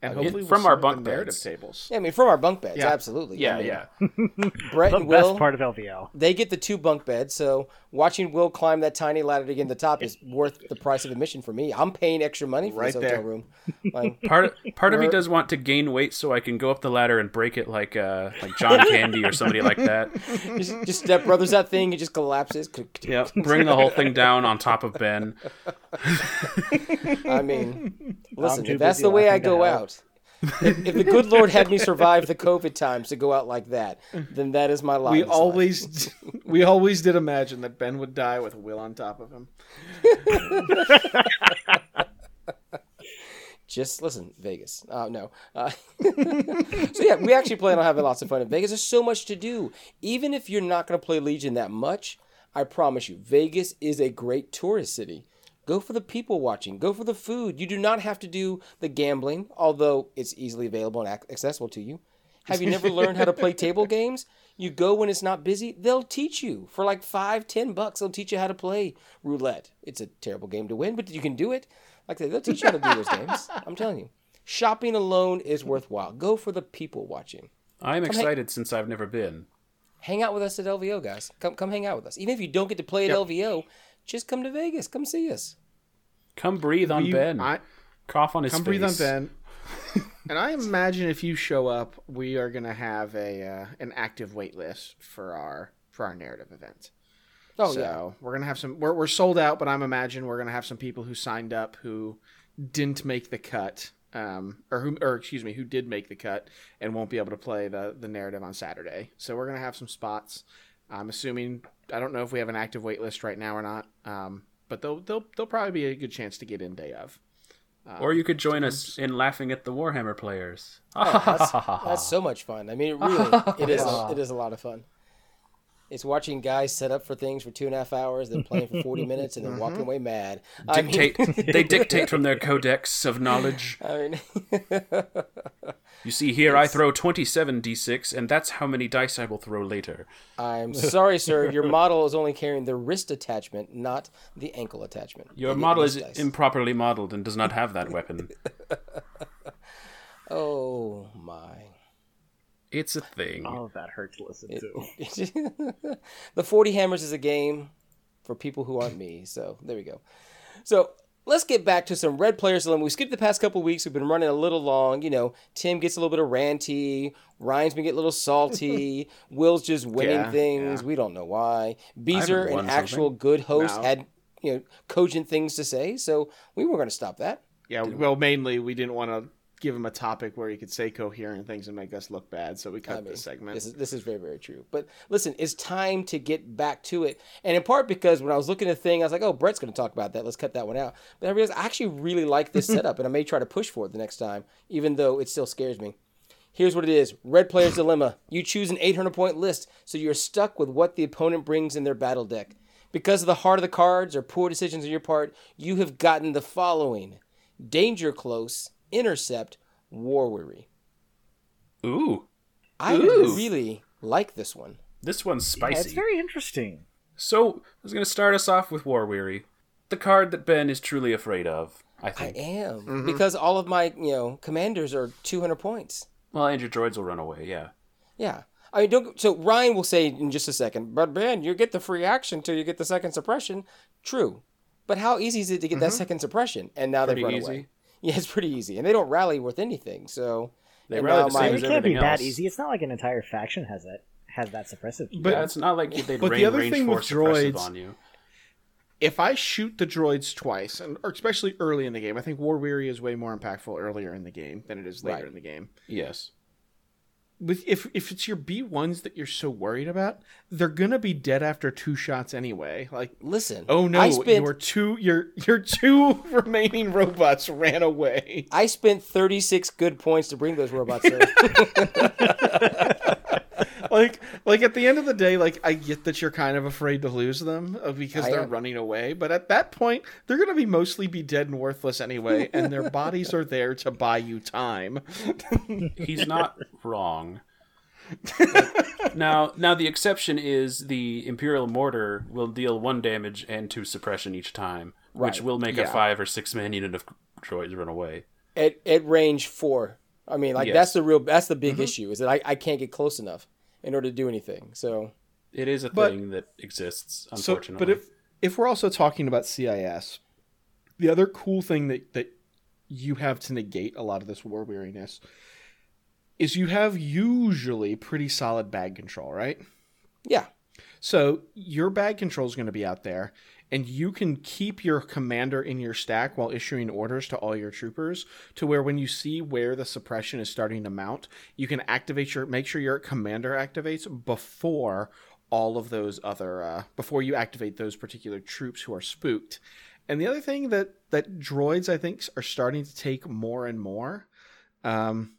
and hopefully
from
we'll
our
see what
bunk
the narrative
beds.
tables.
Yeah, I mean, from our bunk beds,
Yeah.
absolutely. I mean,
yeah.
Brett
The
and
best
Will,
part of LVO.
they get the two bunk beds. So watching Will climb that tiny ladder to get in the top is worth the price of admission for me. I'm paying extra money for
Right
this hotel
there.
room. Like,
Part part of me does want to gain weight so I can go up the ladder and break it like uh like John Candy or somebody like that.
just, just step brothers that thing, it just collapses.
Yep. Bring the whole thing down on top of Ben.
I mean, listen,
too
if that's
busy
the way I
laughing to
go
help.
out, if, if the good Lord had me survive the COVID times to go out like that, then that is my life.
We always we always did imagine that Ben would die with Will on top of him.
just listen, Vegas. Uh, no. Uh, so yeah, we actually plan on having lots of fun in Vegas. There's so much to do. Even if you're not going to play Legion that much, I promise you, Vegas is a great tourist city. Go for the people watching. Go for the food. You do not have to do the gambling, although it's easily available and ac- accessible to you. Have you never learned how to play table games? You go when it's not busy. They'll teach you for like five, ten bucks. They'll teach you how to play roulette. It's a terrible game to win, but you can do it. Like I said, they'll teach you how to do those games. I'm telling you, shopping alone is worthwhile. Go for the people watching.
I'm excited since I've never been.
Hang out with us at LVO, guys. Come, come hang out with us. Even if you don't get to play at LVO, just come to Vegas. Come see us.
Come breathe on
You-
Ben.
I,
Cough on his
come
face.
breathe on Ben. and I imagine if you show up, we are gonna have a uh, an active wait list for our for our narrative event.
Oh
so
yeah,
we're gonna have some. We're, we're sold out, but I'm imagine we're gonna have some people who signed up who didn't make the cut, um, or who, or excuse me, who did make the cut and won't be able to play the the narrative on Saturday. So we're gonna have some spots. I'm assuming. I don't know if we have an active wait list right now or not, um, but they'll they'll they'll probably be a good chance to get in day of. Um,
Or you could join us in laughing at the Warhammer players.
Oh,
that's so much fun. I mean, it really, it is. It is a lot of fun. It's watching guys set up for things for two and a half hours, then playing for forty minutes, and then walking away mad. I mean,
Ah, Dictate, they dictate from their codex of knowledge.
I mean,
You see, here I throw 27 d6, and that's how many dice I will throw later.
I'm sorry, sir. Your model is only carrying the wrist attachment, not the ankle attachment.
Your
And the
model is
wrist dice.
improperly modeled and does not have that weapon.
Oh my.
It's a thing.
Oh, that hurt to listen to.
the 40 Hammers is a game for people who aren't me. So there we go. So let's get back to some red players. So we skipped the past couple weeks. We've been running a little long. You know, Tim gets a little bit of ranty. Ryan's been getting a little salty. Will's just winning
Yeah,
things. We don't know why. Beezer,
won
an actual good host,
No.
had you know cogent things to say. So we were going to stop that.
Yeah, well, mainly we didn't want to give him a topic where he could say coherent things and make us look bad, so we cut
I mean,
this segment.
This is this is very very true. But listen, it's time to get back to it, and in part because when I was looking at the thing, I was like, "Oh, Brett's going to talk about that. Let's cut that one out." But I realized I actually really like this setup, and I may try to push for it the next time, even though it still scares me. Here's what it is: Red Player's Dilemma. You choose an 800 point list, so you're stuck with what the opponent brings in their battle deck. Because of the heart of the cards or poor decisions on your part, you have gotten the following: Danger Close, Intercept, War Weary.
Ooh,
I
Ooh.
really like this one.
this one's
Yeah,
spicy.
it's very interesting.
So I was going to start us off with War Weary, the card that Ben is truly afraid of. I
I
think.
am
Mm-hmm.
because all of my you know commanders are 200 points.
well, and your droids will run away. Yeah.
Yeah, I mean, don't. So Ryan will say in just a second, but Ben, you get the free action till you get the second suppression. True, but how easy is it to get that second suppression? And now
Mm-hmm. Pretty
they've run
easy.
away. Yeah, it's pretty easy, and they don't rally worth anything. So
They
and
rally
now
the same
my-
as
It can't be
everything
that
else.
easy. It's not like an entire faction has that has that suppressive.
But it's not like they'd
but the
rain
other
range
thing
four
with
suppressive
droids-
on you.
if I shoot the droids twice, and or especially early in the game, I think War Weary is way more impactful earlier in the game than it is later
Right.
in the game.
Yes.
With if if it's your B ones that you're so worried about, they're gonna be dead after two shots anyway. Like,
listen,
oh
I
no,
spent
your two your your two remaining robots ran away.
I spent 36 good points to bring those robots in.
like like at the end of the day like i get that you're kind of afraid to lose them uh, because
I
they're
am.
running away but at that point they're going to be mostly be dead and worthless anyway and their bodies are there to buy you time
He's not wrong. now, now the exception is the Imperial Mortar will deal one damage and two suppression each time, which
Right.
will make a
Yeah.
five or six man unit of droids run away.
at at range four. I mean, like
Yes.
that's the real that's the big
Mm-hmm.
issue is that I, I can't get close enough in order to do anything. So
It is a
But-
thing that exists,
so
unfortunately.
but if if we're also talking about cis the other cool thing that that you have to negate a lot of this war weariness is you have usually pretty solid bag control right
yeah,
So your bag control is going to be out there, and you can keep your commander in your stack while issuing orders to all your troopers. To where when you see where the suppression is starting to mount, you can activate your make sure your commander activates before all of those other uh, before you activate those particular troops who are spooked. And the other thing that that droids I think are starting to take more and more. Um,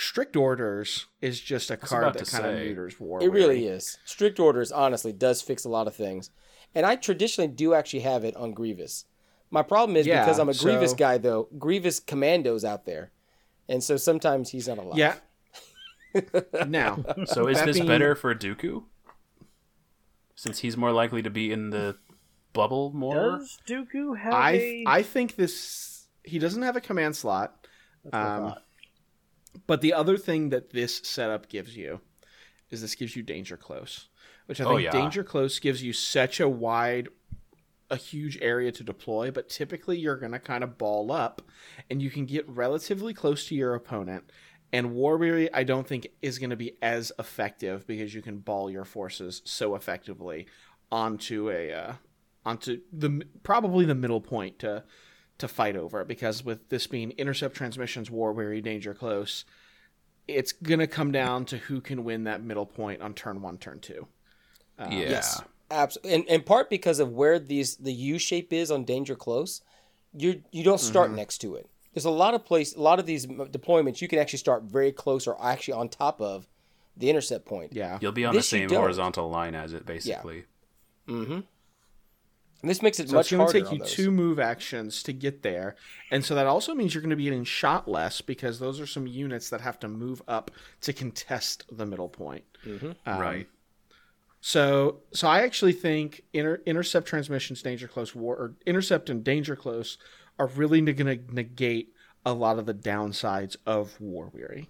Strict orders is just a
was
card
about
that
to
kind of
say.
neuters war.
it really is. Strict orders honestly does fix a lot of things, and I traditionally do actually have it on Grievous. My problem is
Yeah,
because I'm a Grievous
so-
guy though. Grievous commandos out there, and so sometimes he's not alive.
Yeah. now,
So is
That
this
being-
better for Dooku? Since he's more likely to be in the bubble more?
Does Dooku have
I
a-
I think this he doesn't have a command slot.
what I
Um,
thought.
but the other thing that this setup gives you is this gives you danger close, which I
Oh,
think
yeah.
danger close gives you such a wide a huge area to deploy, but typically you're going to kind of ball up and you can get relatively close to your opponent. And War Weary, I don't think, is going to be as effective because you can ball your forces so effectively onto a uh, onto the m- probably the middle point to to fight over because with this being intercept transmissions, War Weary, danger close, it's going to come down to who can win that middle point on turn one, turn two.
Uh, yeah.
Yes, absolutely. In, in part because of where these the U shape is on Danger Close, you you don't
Mm-hmm.
start next to it. There's a lot of place, a lot of these m- deployments you can actually start very close or actually on top of the intercept point.
Yeah.
You'll be on
This
the
you
same
don't.
horizontal line as it, basically.
And this makes it
So
much
it's going to
harder.
take you
on those.
two move actions to get there, and so that also means you're going to be getting shot less because those are some units that have to move up to contest the middle point. Um,
Right.
So, so I actually think inter- intercept transmissions, danger close war, or intercept and danger close are really going to negate a lot of the downsides of War Weary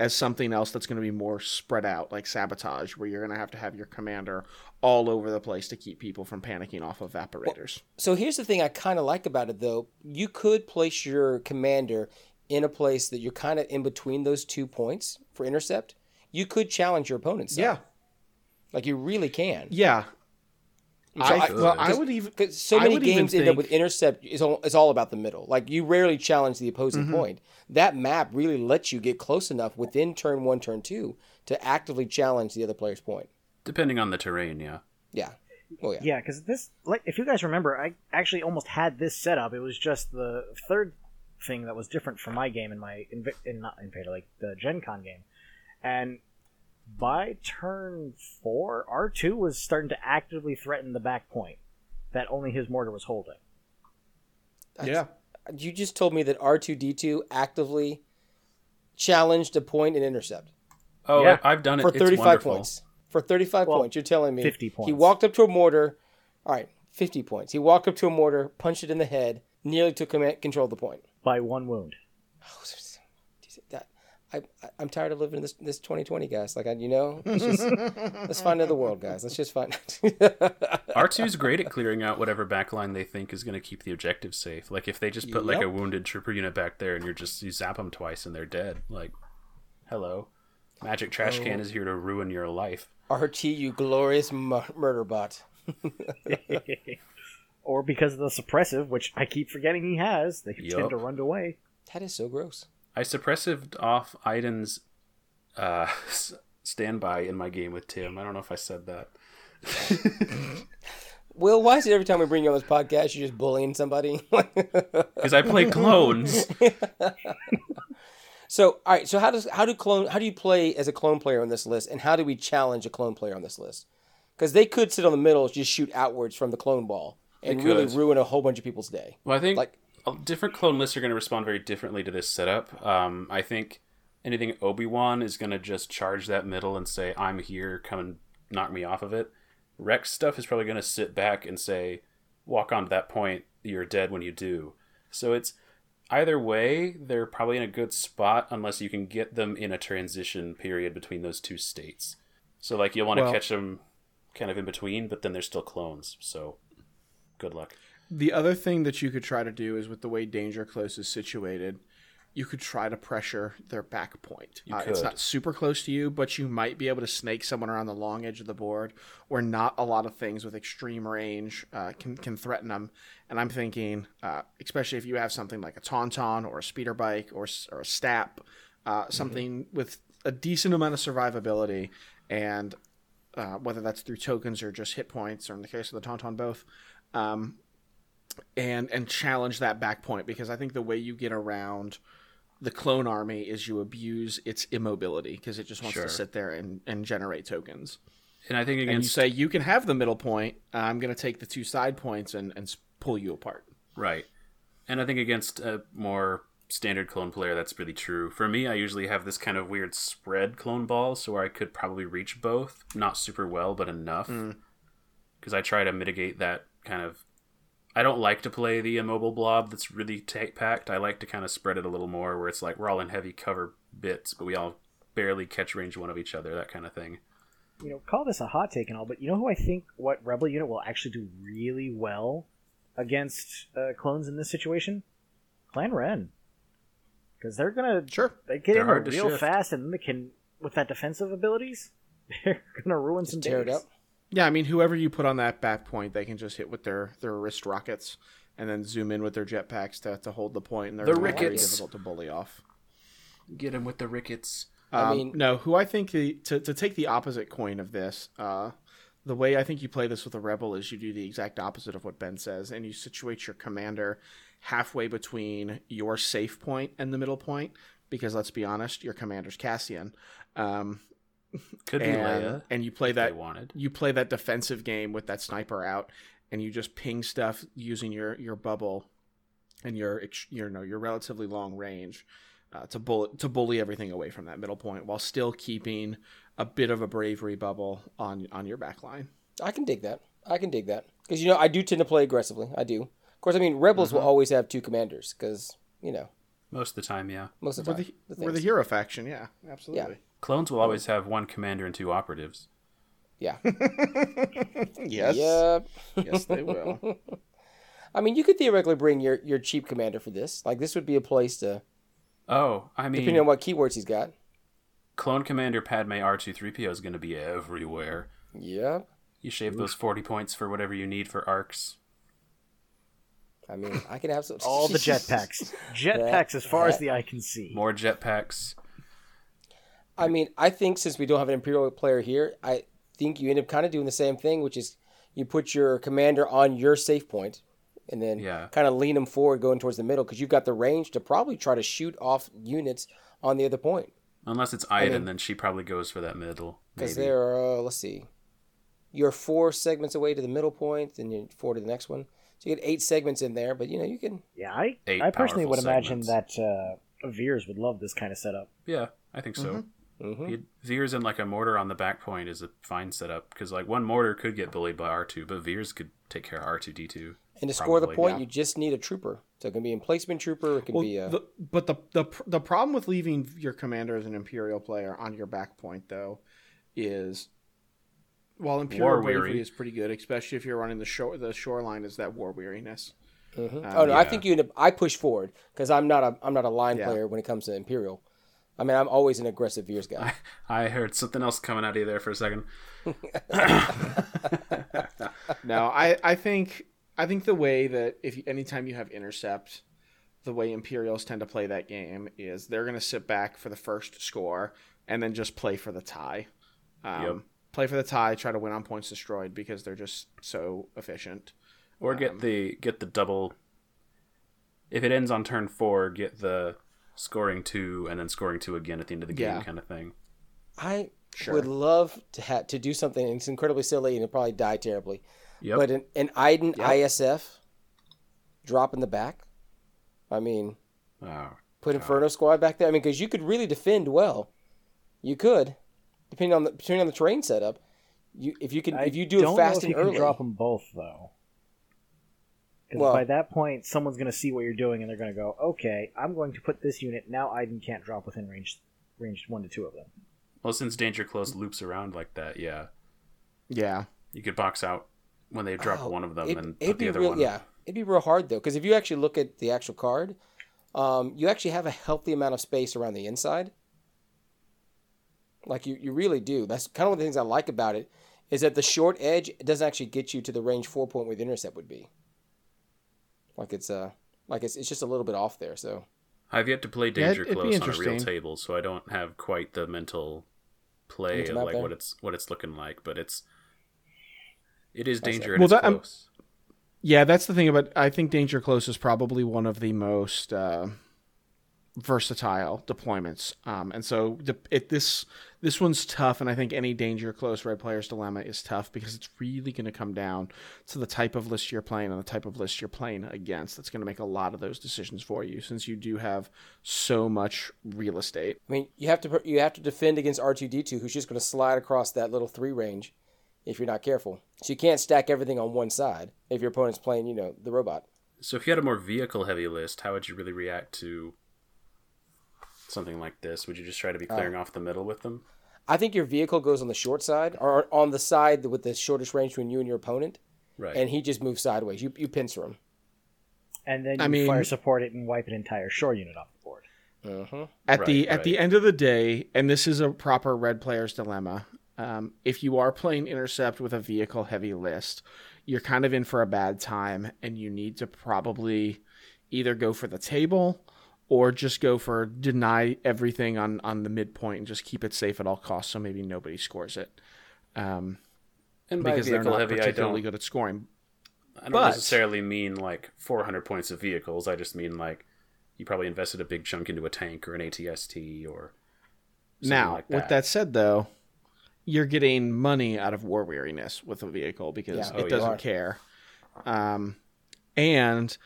as something else that's going to be more spread out, like sabotage, where you're going to have to have your commander all over the place to keep people from panicking off evaporators.
So here's the thing I kind of like about it though. You could place your commander in a place that you're kind of in between those two points for intercept. You could challenge your opponent's side.
yeah,
Like you really can.
yeah. I,
I-
well, I
Cause-
would even
Because so
I
many
would even
games end up
think-
with intercept is all, it's all about the middle. Like you rarely challenge the opposing point. That map really lets you get close enough within turn one, turn two to actively challenge the other player's point.
Depending on the terrain, yeah.
Yeah. Oh yeah.
Yeah, because this, like, if you guys remember, I actually almost had this set up. It was just the third thing that was different from my game in my inv- in not Invader, like the Gen Con game. And by turn four, R two was starting to actively threaten the back point that only his mortar was holding.
yeah.
You just told me that R two D two actively challenged a point and intercept.
Oh,
Yeah.
I, have done it.
for
It's
35
wonderful.
points. For 35
Well,
points, you're telling me
50
he
points.
walked up to a mortar. All right, 50 points. He walked up to a mortar, punched it in the head, nearly took command, control of the point.
By one wound.
That- I, I, I'm tired of living in this this 2020, guys. Like, I, you know, let's, just, let's find another world, guys. Let's just find.
R2 is great at clearing out whatever backline they think is going to keep the objective safe. Like if they just put like a wounded trooper unit back there and you're just you zap them twice and they're dead. Like, hello, magic trash can is here to ruin your life.
RT, you glorious mur- murder bot.
Or because of the suppressive, which I keep forgetting he has, they tend
Yup.
to run away.
That is so gross.
I suppressived off Iden's uh, s- standby in my game with Tim. I don't know if I said that.
Will, why is it every time we bring you on this podcast, you're just bullying somebody?
Because I play clones.
So, all right. So, how does how do clone how do you play as a clone player on this list, and how do we challenge a clone player on this list? Because they could sit on the middle, just shoot outwards from the clone ball, and
They
really
could.
ruin a whole bunch of people's day.
Well, I think
Like-
uh, different clone lists are going to respond very differently to this setup. Um, I think anything Obi Wan is going to just charge that middle and say, "I'm here, come and knock me off of it." Rex stuff is probably going to sit back and say, "Walk onto that point. You're dead when you do." So it's either way, they're probably in a good spot unless you can get them in a transition period between those two states. So like you'll want to
Well-
catch them kind of in between, but then they're still clones. So good luck.
The other thing that you could try to do is with the way Danger Close is situated, you could try to pressure their back point. Uh,
You
It's
could.
not super close to you, but you might be able to snake someone around the long edge of the board where not a lot of things with extreme range uh, can, can threaten them. And I'm thinking, uh, especially if you have something like a Tauntaun or a speeder bike or, s- or a Stap, uh, something
Mm-hmm.
with a decent amount of survivability and uh, whether that's through tokens or just hit points, or in the case of the Tauntaun, both, um, and and challenge that back point because I think the way you get around the clone army is you abuse its immobility because it just wants
Sure.
to sit there and, and generate tokens.
And I think
And you
against
say you can have the middle point. I'm going to take the two side points and and s- pull you apart.
Right. And I think against a more standard clone player, that's really true. For me, I usually have this kind of weird spread clone ball, so where I could probably reach both. Not super well, but enough. Because I try to mitigate that kind of. I don't like to play the immobile blob that's really ta packed. I like to kind of spread it a little more, where it's like we're all in heavy cover bits, but we all barely catch range one of each other, that kind of thing.
you know, call this a hot take and all, but you know who I think what Rebel unit will actually do really well against uh, clones in this situation? Clan Ren, because they're gonna
Sure.
they get
They're
in there
hard to
real
shift.
fast, and they can with that defensive abilities, they're gonna ruin some
Tear it
days.
up.
Yeah, I mean, whoever you put on that back point, they can just hit with their, their wrist rockets and then zoom in with their jetpacks to, to hold the point, and they're
The
gonna be very
rickets.
difficult to bully off.
Get him with the rickets.
I
Um,
mean-
no, who I think the, to to take the opposite coin of this, uh, the way I think you play this with a rebel is you do the exact opposite of what Ben says, and you situate your commander halfway between your safe point and the middle point, because let's be honest, your commander's Cassian, um,
Could be
and,
Leia.
and you play
If they
that
wanted.
you play that defensive game with that sniper out and you just ping stuff using your your bubble and your ex- your no your relatively long range uh, to bullet to bully everything away from that middle point while still keeping a bit of a bravery bubble on on your back line.
I can dig that. I can dig that because you know
Mm-hmm.
I do tend to play aggressively. I do. Of course, I mean rebels will always have two commanders because you know
Most of the time, yeah.
Most of the
We're
time.
the, we're the hero faction. Yeah, absolutely.
Clones
Oh.
will always have one commander and two operatives.
yeah.
Yes.
Yep.
Yes, they will.
I mean, you could theoretically bring your, your cheap commander for this. Like, this would be a place to,
Oh, I mean,
Mm.
depending on what keywords he's got.
Clone Commander Padme R2-3PO is going to be everywhere.
Yep.
You shave those 40 points for whatever you need for arcs.
I mean, I could have some.
All the jetpacks. Jetpacks, as far as the eye can see.
More jetpacks.
I mean, I think since we don't have an Imperial player here, I think you end up kind of doing the same thing, which is you put your commander on your safe point and then
Yeah.
kind of lean him forward going towards the middle because you've got the range to probably try to shoot off units on the other point.
Unless it's Iden, then she probably goes for that middle.
Because
maybe.
there are, uh, let's see, you're four segments away to the middle point, then you're four to the next one. So you get eight segments in there, but you know, you can.
Yeah, I,
Eight
I personally
powerful
would imagine
segments.
that uh, Veers would love this kind of setup.
Yeah, I think so.
Mhm.
He- Veers and like a mortar on the back point is a fine setup because like one mortar could get bullied by R2, but Veers could take care of R2D2.
And to score the
Probably,
point,
yeah.
you just need a trooper. So it can be a placement trooper, it can
Well,
be a.
the, but the, the pr- the problem with leaving your commander as an imperial player on your back point though is while imperial
War
bravery
weary.
is pretty good, especially if you're running the shore the shoreline, is that war weariness. Um,
Oh no, I
yeah.
think you. end up- I push forward because I'm not a I'm not a line
Yeah.
player when it comes to Imperial. I mean, I'm always an aggressive Veers guy.
I heard something else coming out of you there for a second.
No, I, I think I think the way that if anytime you have intercept, the way Imperials tend to play that game is they're going to sit back for the first score and then just play for the tie. Um,
Yep.
Play for the tie, try to win on points destroyed because they're just so efficient.
Or
Um,
get the get the double. If it ends on turn four, get the scoring two and then scoring two again at the end of the game
Yeah.
kind of thing.
I
Sure.
would love to ha- to do something. and It's incredibly silly and it'll probably die terribly.
Yep.
But an, an Iden
Yep.
ISF drop in the back. I mean,
Wow.
put Inferno Squad back there. I mean, because you could really defend well. You could, depending on the depending on the terrain setup. You if you can
I
if you do
don't
it fast
know if
and
you
early.
can drop them both though. Because
Well-
by that point, someone's going to see what you're doing, and they're going to go, "Okay, I'm going to put this unit now. Iden can't drop within range, range one to two of them."
Well, since Danger Close loops around like that, yeah,
Yeah.
you could box out when they drop
Oh,
one of them
it-
and
it'd
put the
be
other
real,
one.
Yeah, it'd be real hard though, because if you actually look at the actual card, um, you actually have a healthy amount of space around the inside. Like you, you really do. That's kind of one of the things I like about it, is that the short edge doesn't actually get you to the range four point where the intercept would be. Like it's uh like it's it's just a little bit off there. So
I've yet to play
Yeah,
Danger
it'd be
Close on a real
interesting.
table, so I don't have quite the mental play
Mental
of
map
like
there.
what it's what it's looking like. But it's it is danger and
Well,
it's
that- um, I'm-
close.
Yeah, that's the thing about I think Danger Close is probably one of the most uh, versatile deployments. Um, and so the, it, this this one's tough, and I think any Danger Close Red Player's Dilemma is tough because it's really going to come down to the type of list you're playing and the type of list you're playing against. That's going to make a lot of those decisions for you since you do have so much real estate.
I mean, you have to put- you have to defend against R two D two, who's just going to slide across that little three range, if you're not careful. So you can't stack everything on one side if your opponent's playing, you know, the robot.
So if you had a more vehicle heavy list, how would you really react to something like this? Would you just try to be clearing off the middle with them?
I think your vehicle goes on the short side or on the side with the shortest range between you and your opponent,
Right.
and he just moves sideways. You you pincer him.
And then you
I mean-
fire support it and wipe an entire shore unit off the board.
Mm-hmm.
at the
Right,
at the
right.
end of the day, and this is a proper red player's dilemma. Um, if you are playing intercept with a vehicle heavy list, you're kind of in for a bad time, and you need to probably either go for the table or just go for deny everything on on the midpoint and just keep it safe at all costs, so maybe nobody scores it. Um,
and by
because they're
vehicle
not
heavy, I
particularly
don't,
good at scoring.
I don't
but-
necessarily mean like 400 points of vehicles. I just mean like you probably invested a big chunk into a tank or an ATST or something
Now,
like
with that said, though, you're getting money out of war weariness with a vehicle because
Yeah.
Oh,
it
you
doesn't
are.
care. Um, and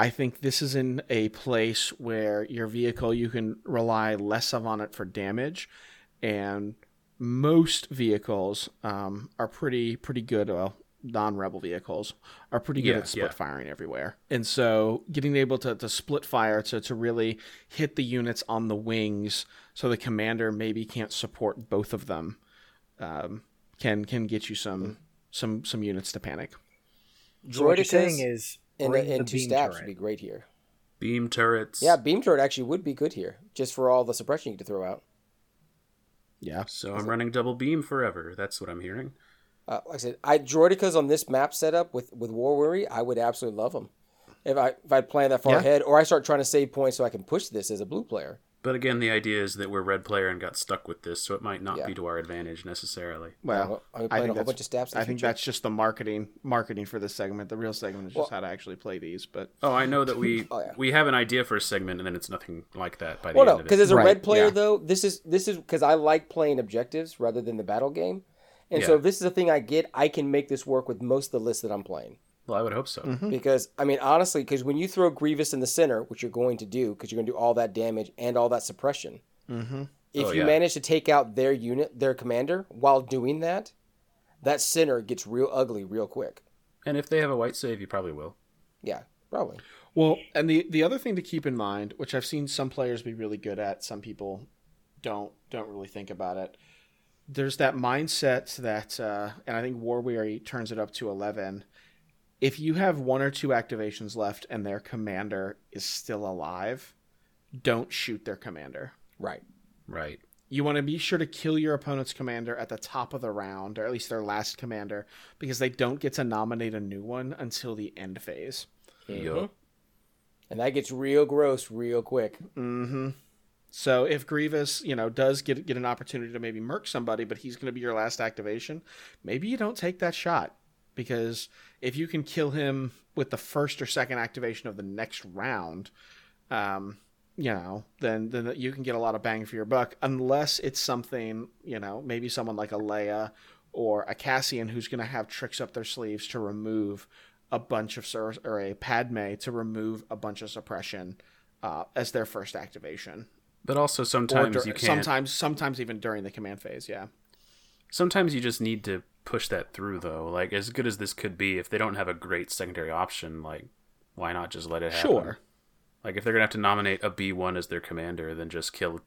I think this is in a place where your vehicle you can rely less of on it for damage, and most vehicles um, are pretty pretty good. Well, non-rebel vehicles are pretty good
Yeah,
at split
yeah.
firing everywhere and so getting able to, to split fire to, to really hit the units on the wings so the commander maybe can't support both of them um, can can get you
Mm-hmm.
some some some units to panic
So what you're
Droidicus
saying is
and,
bring
and
the
two
beam
stabs would
turret.
be great here.
Beam turrets.
Yeah, beam turret actually would be good here, just for all the suppression you could throw out.
yeah
So I'm running double beam forever. That's what I'm hearing.
Uh, like I said, I droidicas on this map setup with with war weary, I would absolutely love them. If I if I plan that far
Yeah.
ahead, or I start trying to save points so I can push this as a blue player.
But again, the idea is that we're red player and got stuck with this, so it might not
Yeah.
be to our advantage necessarily.
well
I'm
I
gonna play a
think
whole
that's-
bunch of stabs. in the
I think
future.
that's just the marketing marketing for this segment. The real segment is just
Well-
how to actually play these. But
Oh, I know that we
Oh, yeah.
we have an idea for a segment, and then it's nothing like that by the
Well, no,
end of it.
because as a
Right,
red player
yeah.
though, this is this is because I like playing objectives rather than the battle game, and so
Yeah.
if this is a thing I get, I can make this work with most of the lists that I'm playing.
Well, I would hope so.
Mm-hmm.
Hmm.
Because I mean, honestly, because when you throw Grievous in the center, which you're going to do, because you're going to do all that damage and all that suppression,
mm-hmm.
if
Oh,
you
yeah.
manage to take out their unit, their commander, while doing that, that center gets real ugly real quick.
And if they have a white save, you probably will.
Yeah, probably.
well, and the the other thing to keep in mind, which I've seen some players be really good at, some people don't don't really think about it. There's that mindset that, uh, and I think War Weary turns it up to eleven. If you have one or two activations left and their commander is still alive, don't shoot their commander.
Right.
Right.
you want to be sure to kill your opponent's commander at the top of the round, or at least their last commander, because they don't get to nominate a new one until the end phase.
Mm-hmm.
Yup.
And that gets real gross real quick.
Mm-hmm. So if Grievous, you know, does get get an opportunity to maybe merc somebody, but he's going to be your last activation, maybe you don't take that shot because if you can kill him with the first or second activation of the next round, um, you know, then then you can get a lot of bang for your buck. Unless it's something, you know, maybe someone like a Leia or a Cassian who's going to have tricks up their sleeves to remove a bunch of sur- or a Padme to remove a bunch of suppression. Uh, as their first activation,
But also
or
sometimes
dur-
you can't.
sometimes sometimes even during the command phase yeah
sometimes you just need to push that through though like as good as this could be if they don't have a great secondary option like why not just let it happen
Sure.
like if they're gonna have to nominate a b1 as their commander then just kill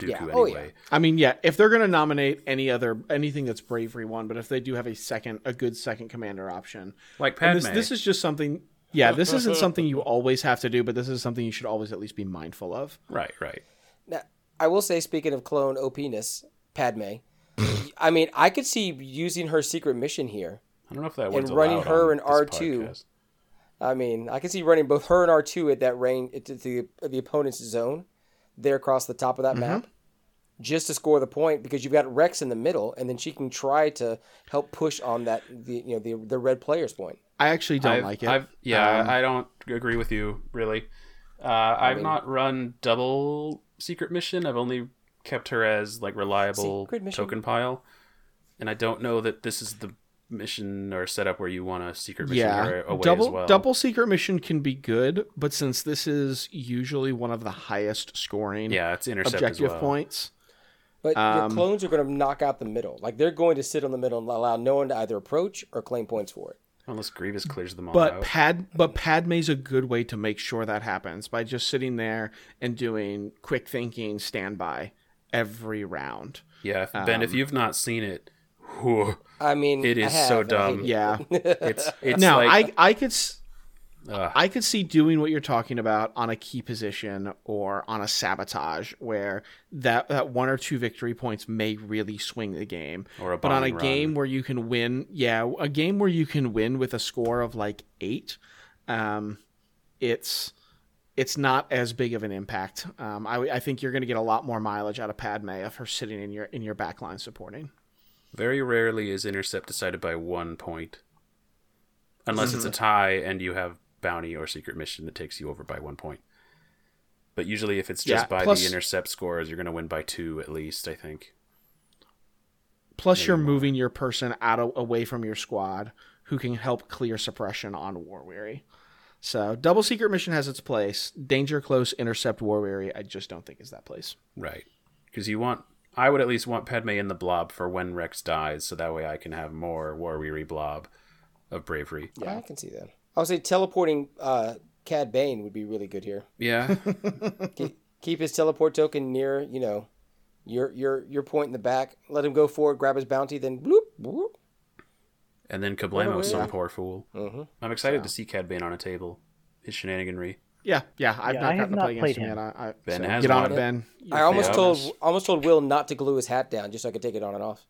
dooku
Yeah.
anyway
Oh,
i mean yeah if they're going to nominate any other anything that's bravery one but if they do have a second a good second commander option
like
and
Padme.
this, this is just something yeah this isn't something you always have to do but this is something you should always at least be mindful of
right right
Now, I will say, speaking of clone OPness, Padme, I mean, I could see using her secret mission here.
i don't know if that one's
running
allowed
her
on
in
this
R2.
podcast.
I mean, I can see running both her and R two at that range at the the opponent's zone, there across the top of that map,
Mm-hmm.
just to score the point because you've got Rex in the middle, and then she can try to help push on that the you know the the red player's point.
i actually don't
I've-
like it
I've, yeah
Um,
i don't agree with you really uh, i've not run double secret mission i've only kept her as like reliable
Secret mission?
token pile and i don't know that this is the mission or setup where you want a secret mission her away
double
as well
double secret mission can be good but since this is usually one of the highest scoring
Yeah, it's intercept
objective
as well.
points
But your
Um,
clones are going to knock out the middle, like they're going to sit on the middle and allow no one to either approach or claim points for it.
Unless Grievous clears them all
But
out.
Pad, but Padme's a good way to make sure that happens by just sitting there and doing quick thinking standby every round.
yeah, if, Ben,
Um,
if you've not seen it, whew,
I mean,
It
I
is so
have, and I hate
dumb.
it.
Yeah.
it's Mm. it's
now
like
I I could s-
ugh,
I could see doing what you're talking about on a key position or on a sabotage where that that one or two victory points may really swing the game.
Or a
but on a
bombing run.
game where you can win, yeah, a game where you can win with a score of like 8, um it's it's not as big of an impact. Um, I, I think you're going to get a lot more mileage out of Padme of her sitting in your in your back line supporting.
very rarely is intercept decided by one point, unless it's a
Mm-hmm.
tie and you have bounty or secret mission that takes you over by one point. But usually, if it's just
Yeah,
by
plus-
the intercept scores, you're going to win by two at least. I think.
Plus, you're moving your person out of, away from your squad, who can help clear suppression on War Weary. So, double secret mission has its place. Danger close, intercept War Weary. I just don't think is that place.
Right. Because you want, I would at least want Padme in the blob for when Rex dies, so that way I can have more war weary blob of bravery.
Yeah, I can see that. I would say teleporting uh, Cad Bane would be really good here.
Yeah,
Keep, keep his teleport token near, you know, your your your point in the back. Let him go forward, grab his bounty, then bloop, bloop.
and then Kablamo, some
Yeah.
poor fool.
Mhm.
I'm excited to see Cad Bane on a table. His shenaniganry.
Yeah, yeah. I've
Yeah,
not
I have
gotten to
not
play
played
against him,
him.
yet. I, I,
Ben
so
has
get on
one.
it, Ben.
I almost told
honest.
almost told Will not to glue his hat down just so I could take it on and off.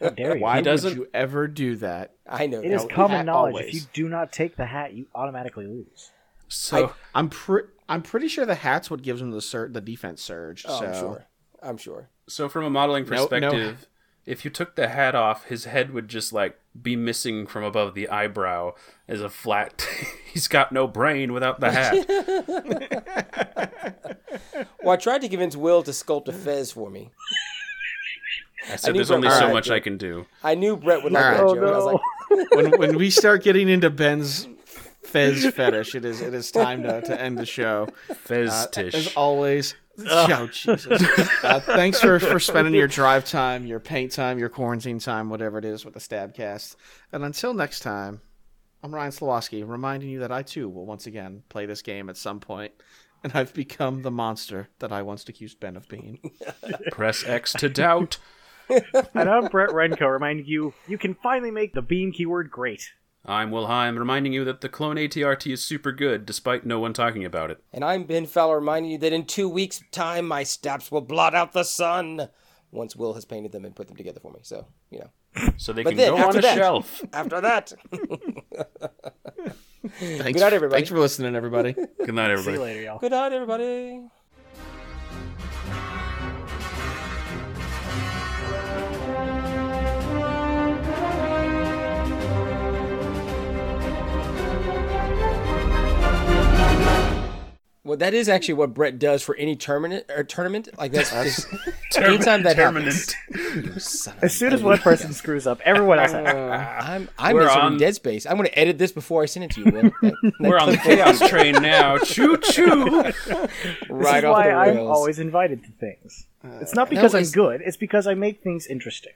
How dare you?
Why
doesn't-
would you ever do that?
I know.
It is
that.
common
hat
knowledge. If
always.
you do not take the hat, you automatically lose.
So
I'm pre- I'm pretty sure the hat's what gives him the sur- the defense surge.
Oh,
so
I'm sure. I'm sure.
So from a modeling
No- no-
perspective, if you took the hat off, his head would just like be missing from above the eyebrow as a flat. He's got no brain without the hat.
Well, I tried to convince Will to sculpt a fez for me.
I
I
said,
knew
"There's only
Brett-
so
Alright,
much
yeah.
I can do."
I knew Brett would like
All
that
right. Oh,
joke. I was like,
when when we start getting into Ben's fez fetish, it is it is time to, to end the show. As
Feztish.
always. Oh, Jesus. Uh, thanks for, for spending your drive time, your paint time, your quarantine time, whatever it is with the Stabcast. And until next time, I'm Ryan Slawoski, reminding you that I too will once again play this game at some point, and I've become the monster that I once accused Ben of being.
Press X to doubt.
And I'm Brett Renko, reminding you you can finally make the beam keyword great.
I'm Will Heim, reminding you that the clone ATRT is super good, despite no one talking about it.
and I'm Ben Fowler, reminding you that in two weeks' time, my stabs will blot out the sun. Once Will has painted them and put them together for me, so you know.
So they
But
can
then,
go on
after
a
that-
shelf.
After that,
Thanks,
night, everybody.
Thanks for listening, everybody.
Good night,
See you
everybody.
later, y'all.
good night, everybody. Well, that is actually what Brett does for any tournament or tournament. Like that's just, anytime that happens. You son of a- Uh,
As soon as one person screws up, everyone else.
I'm I'm
We're
inserting
on-
Dead Space. I'm going to edit this before I send it to you. Will. That- that
We're on the
clip goes
chaos train now. Choo choo.
This
right
is
off
why
the
I'm
rails.
always invited to things. It's not because I'm
it's-
good. It's because I make things interesting.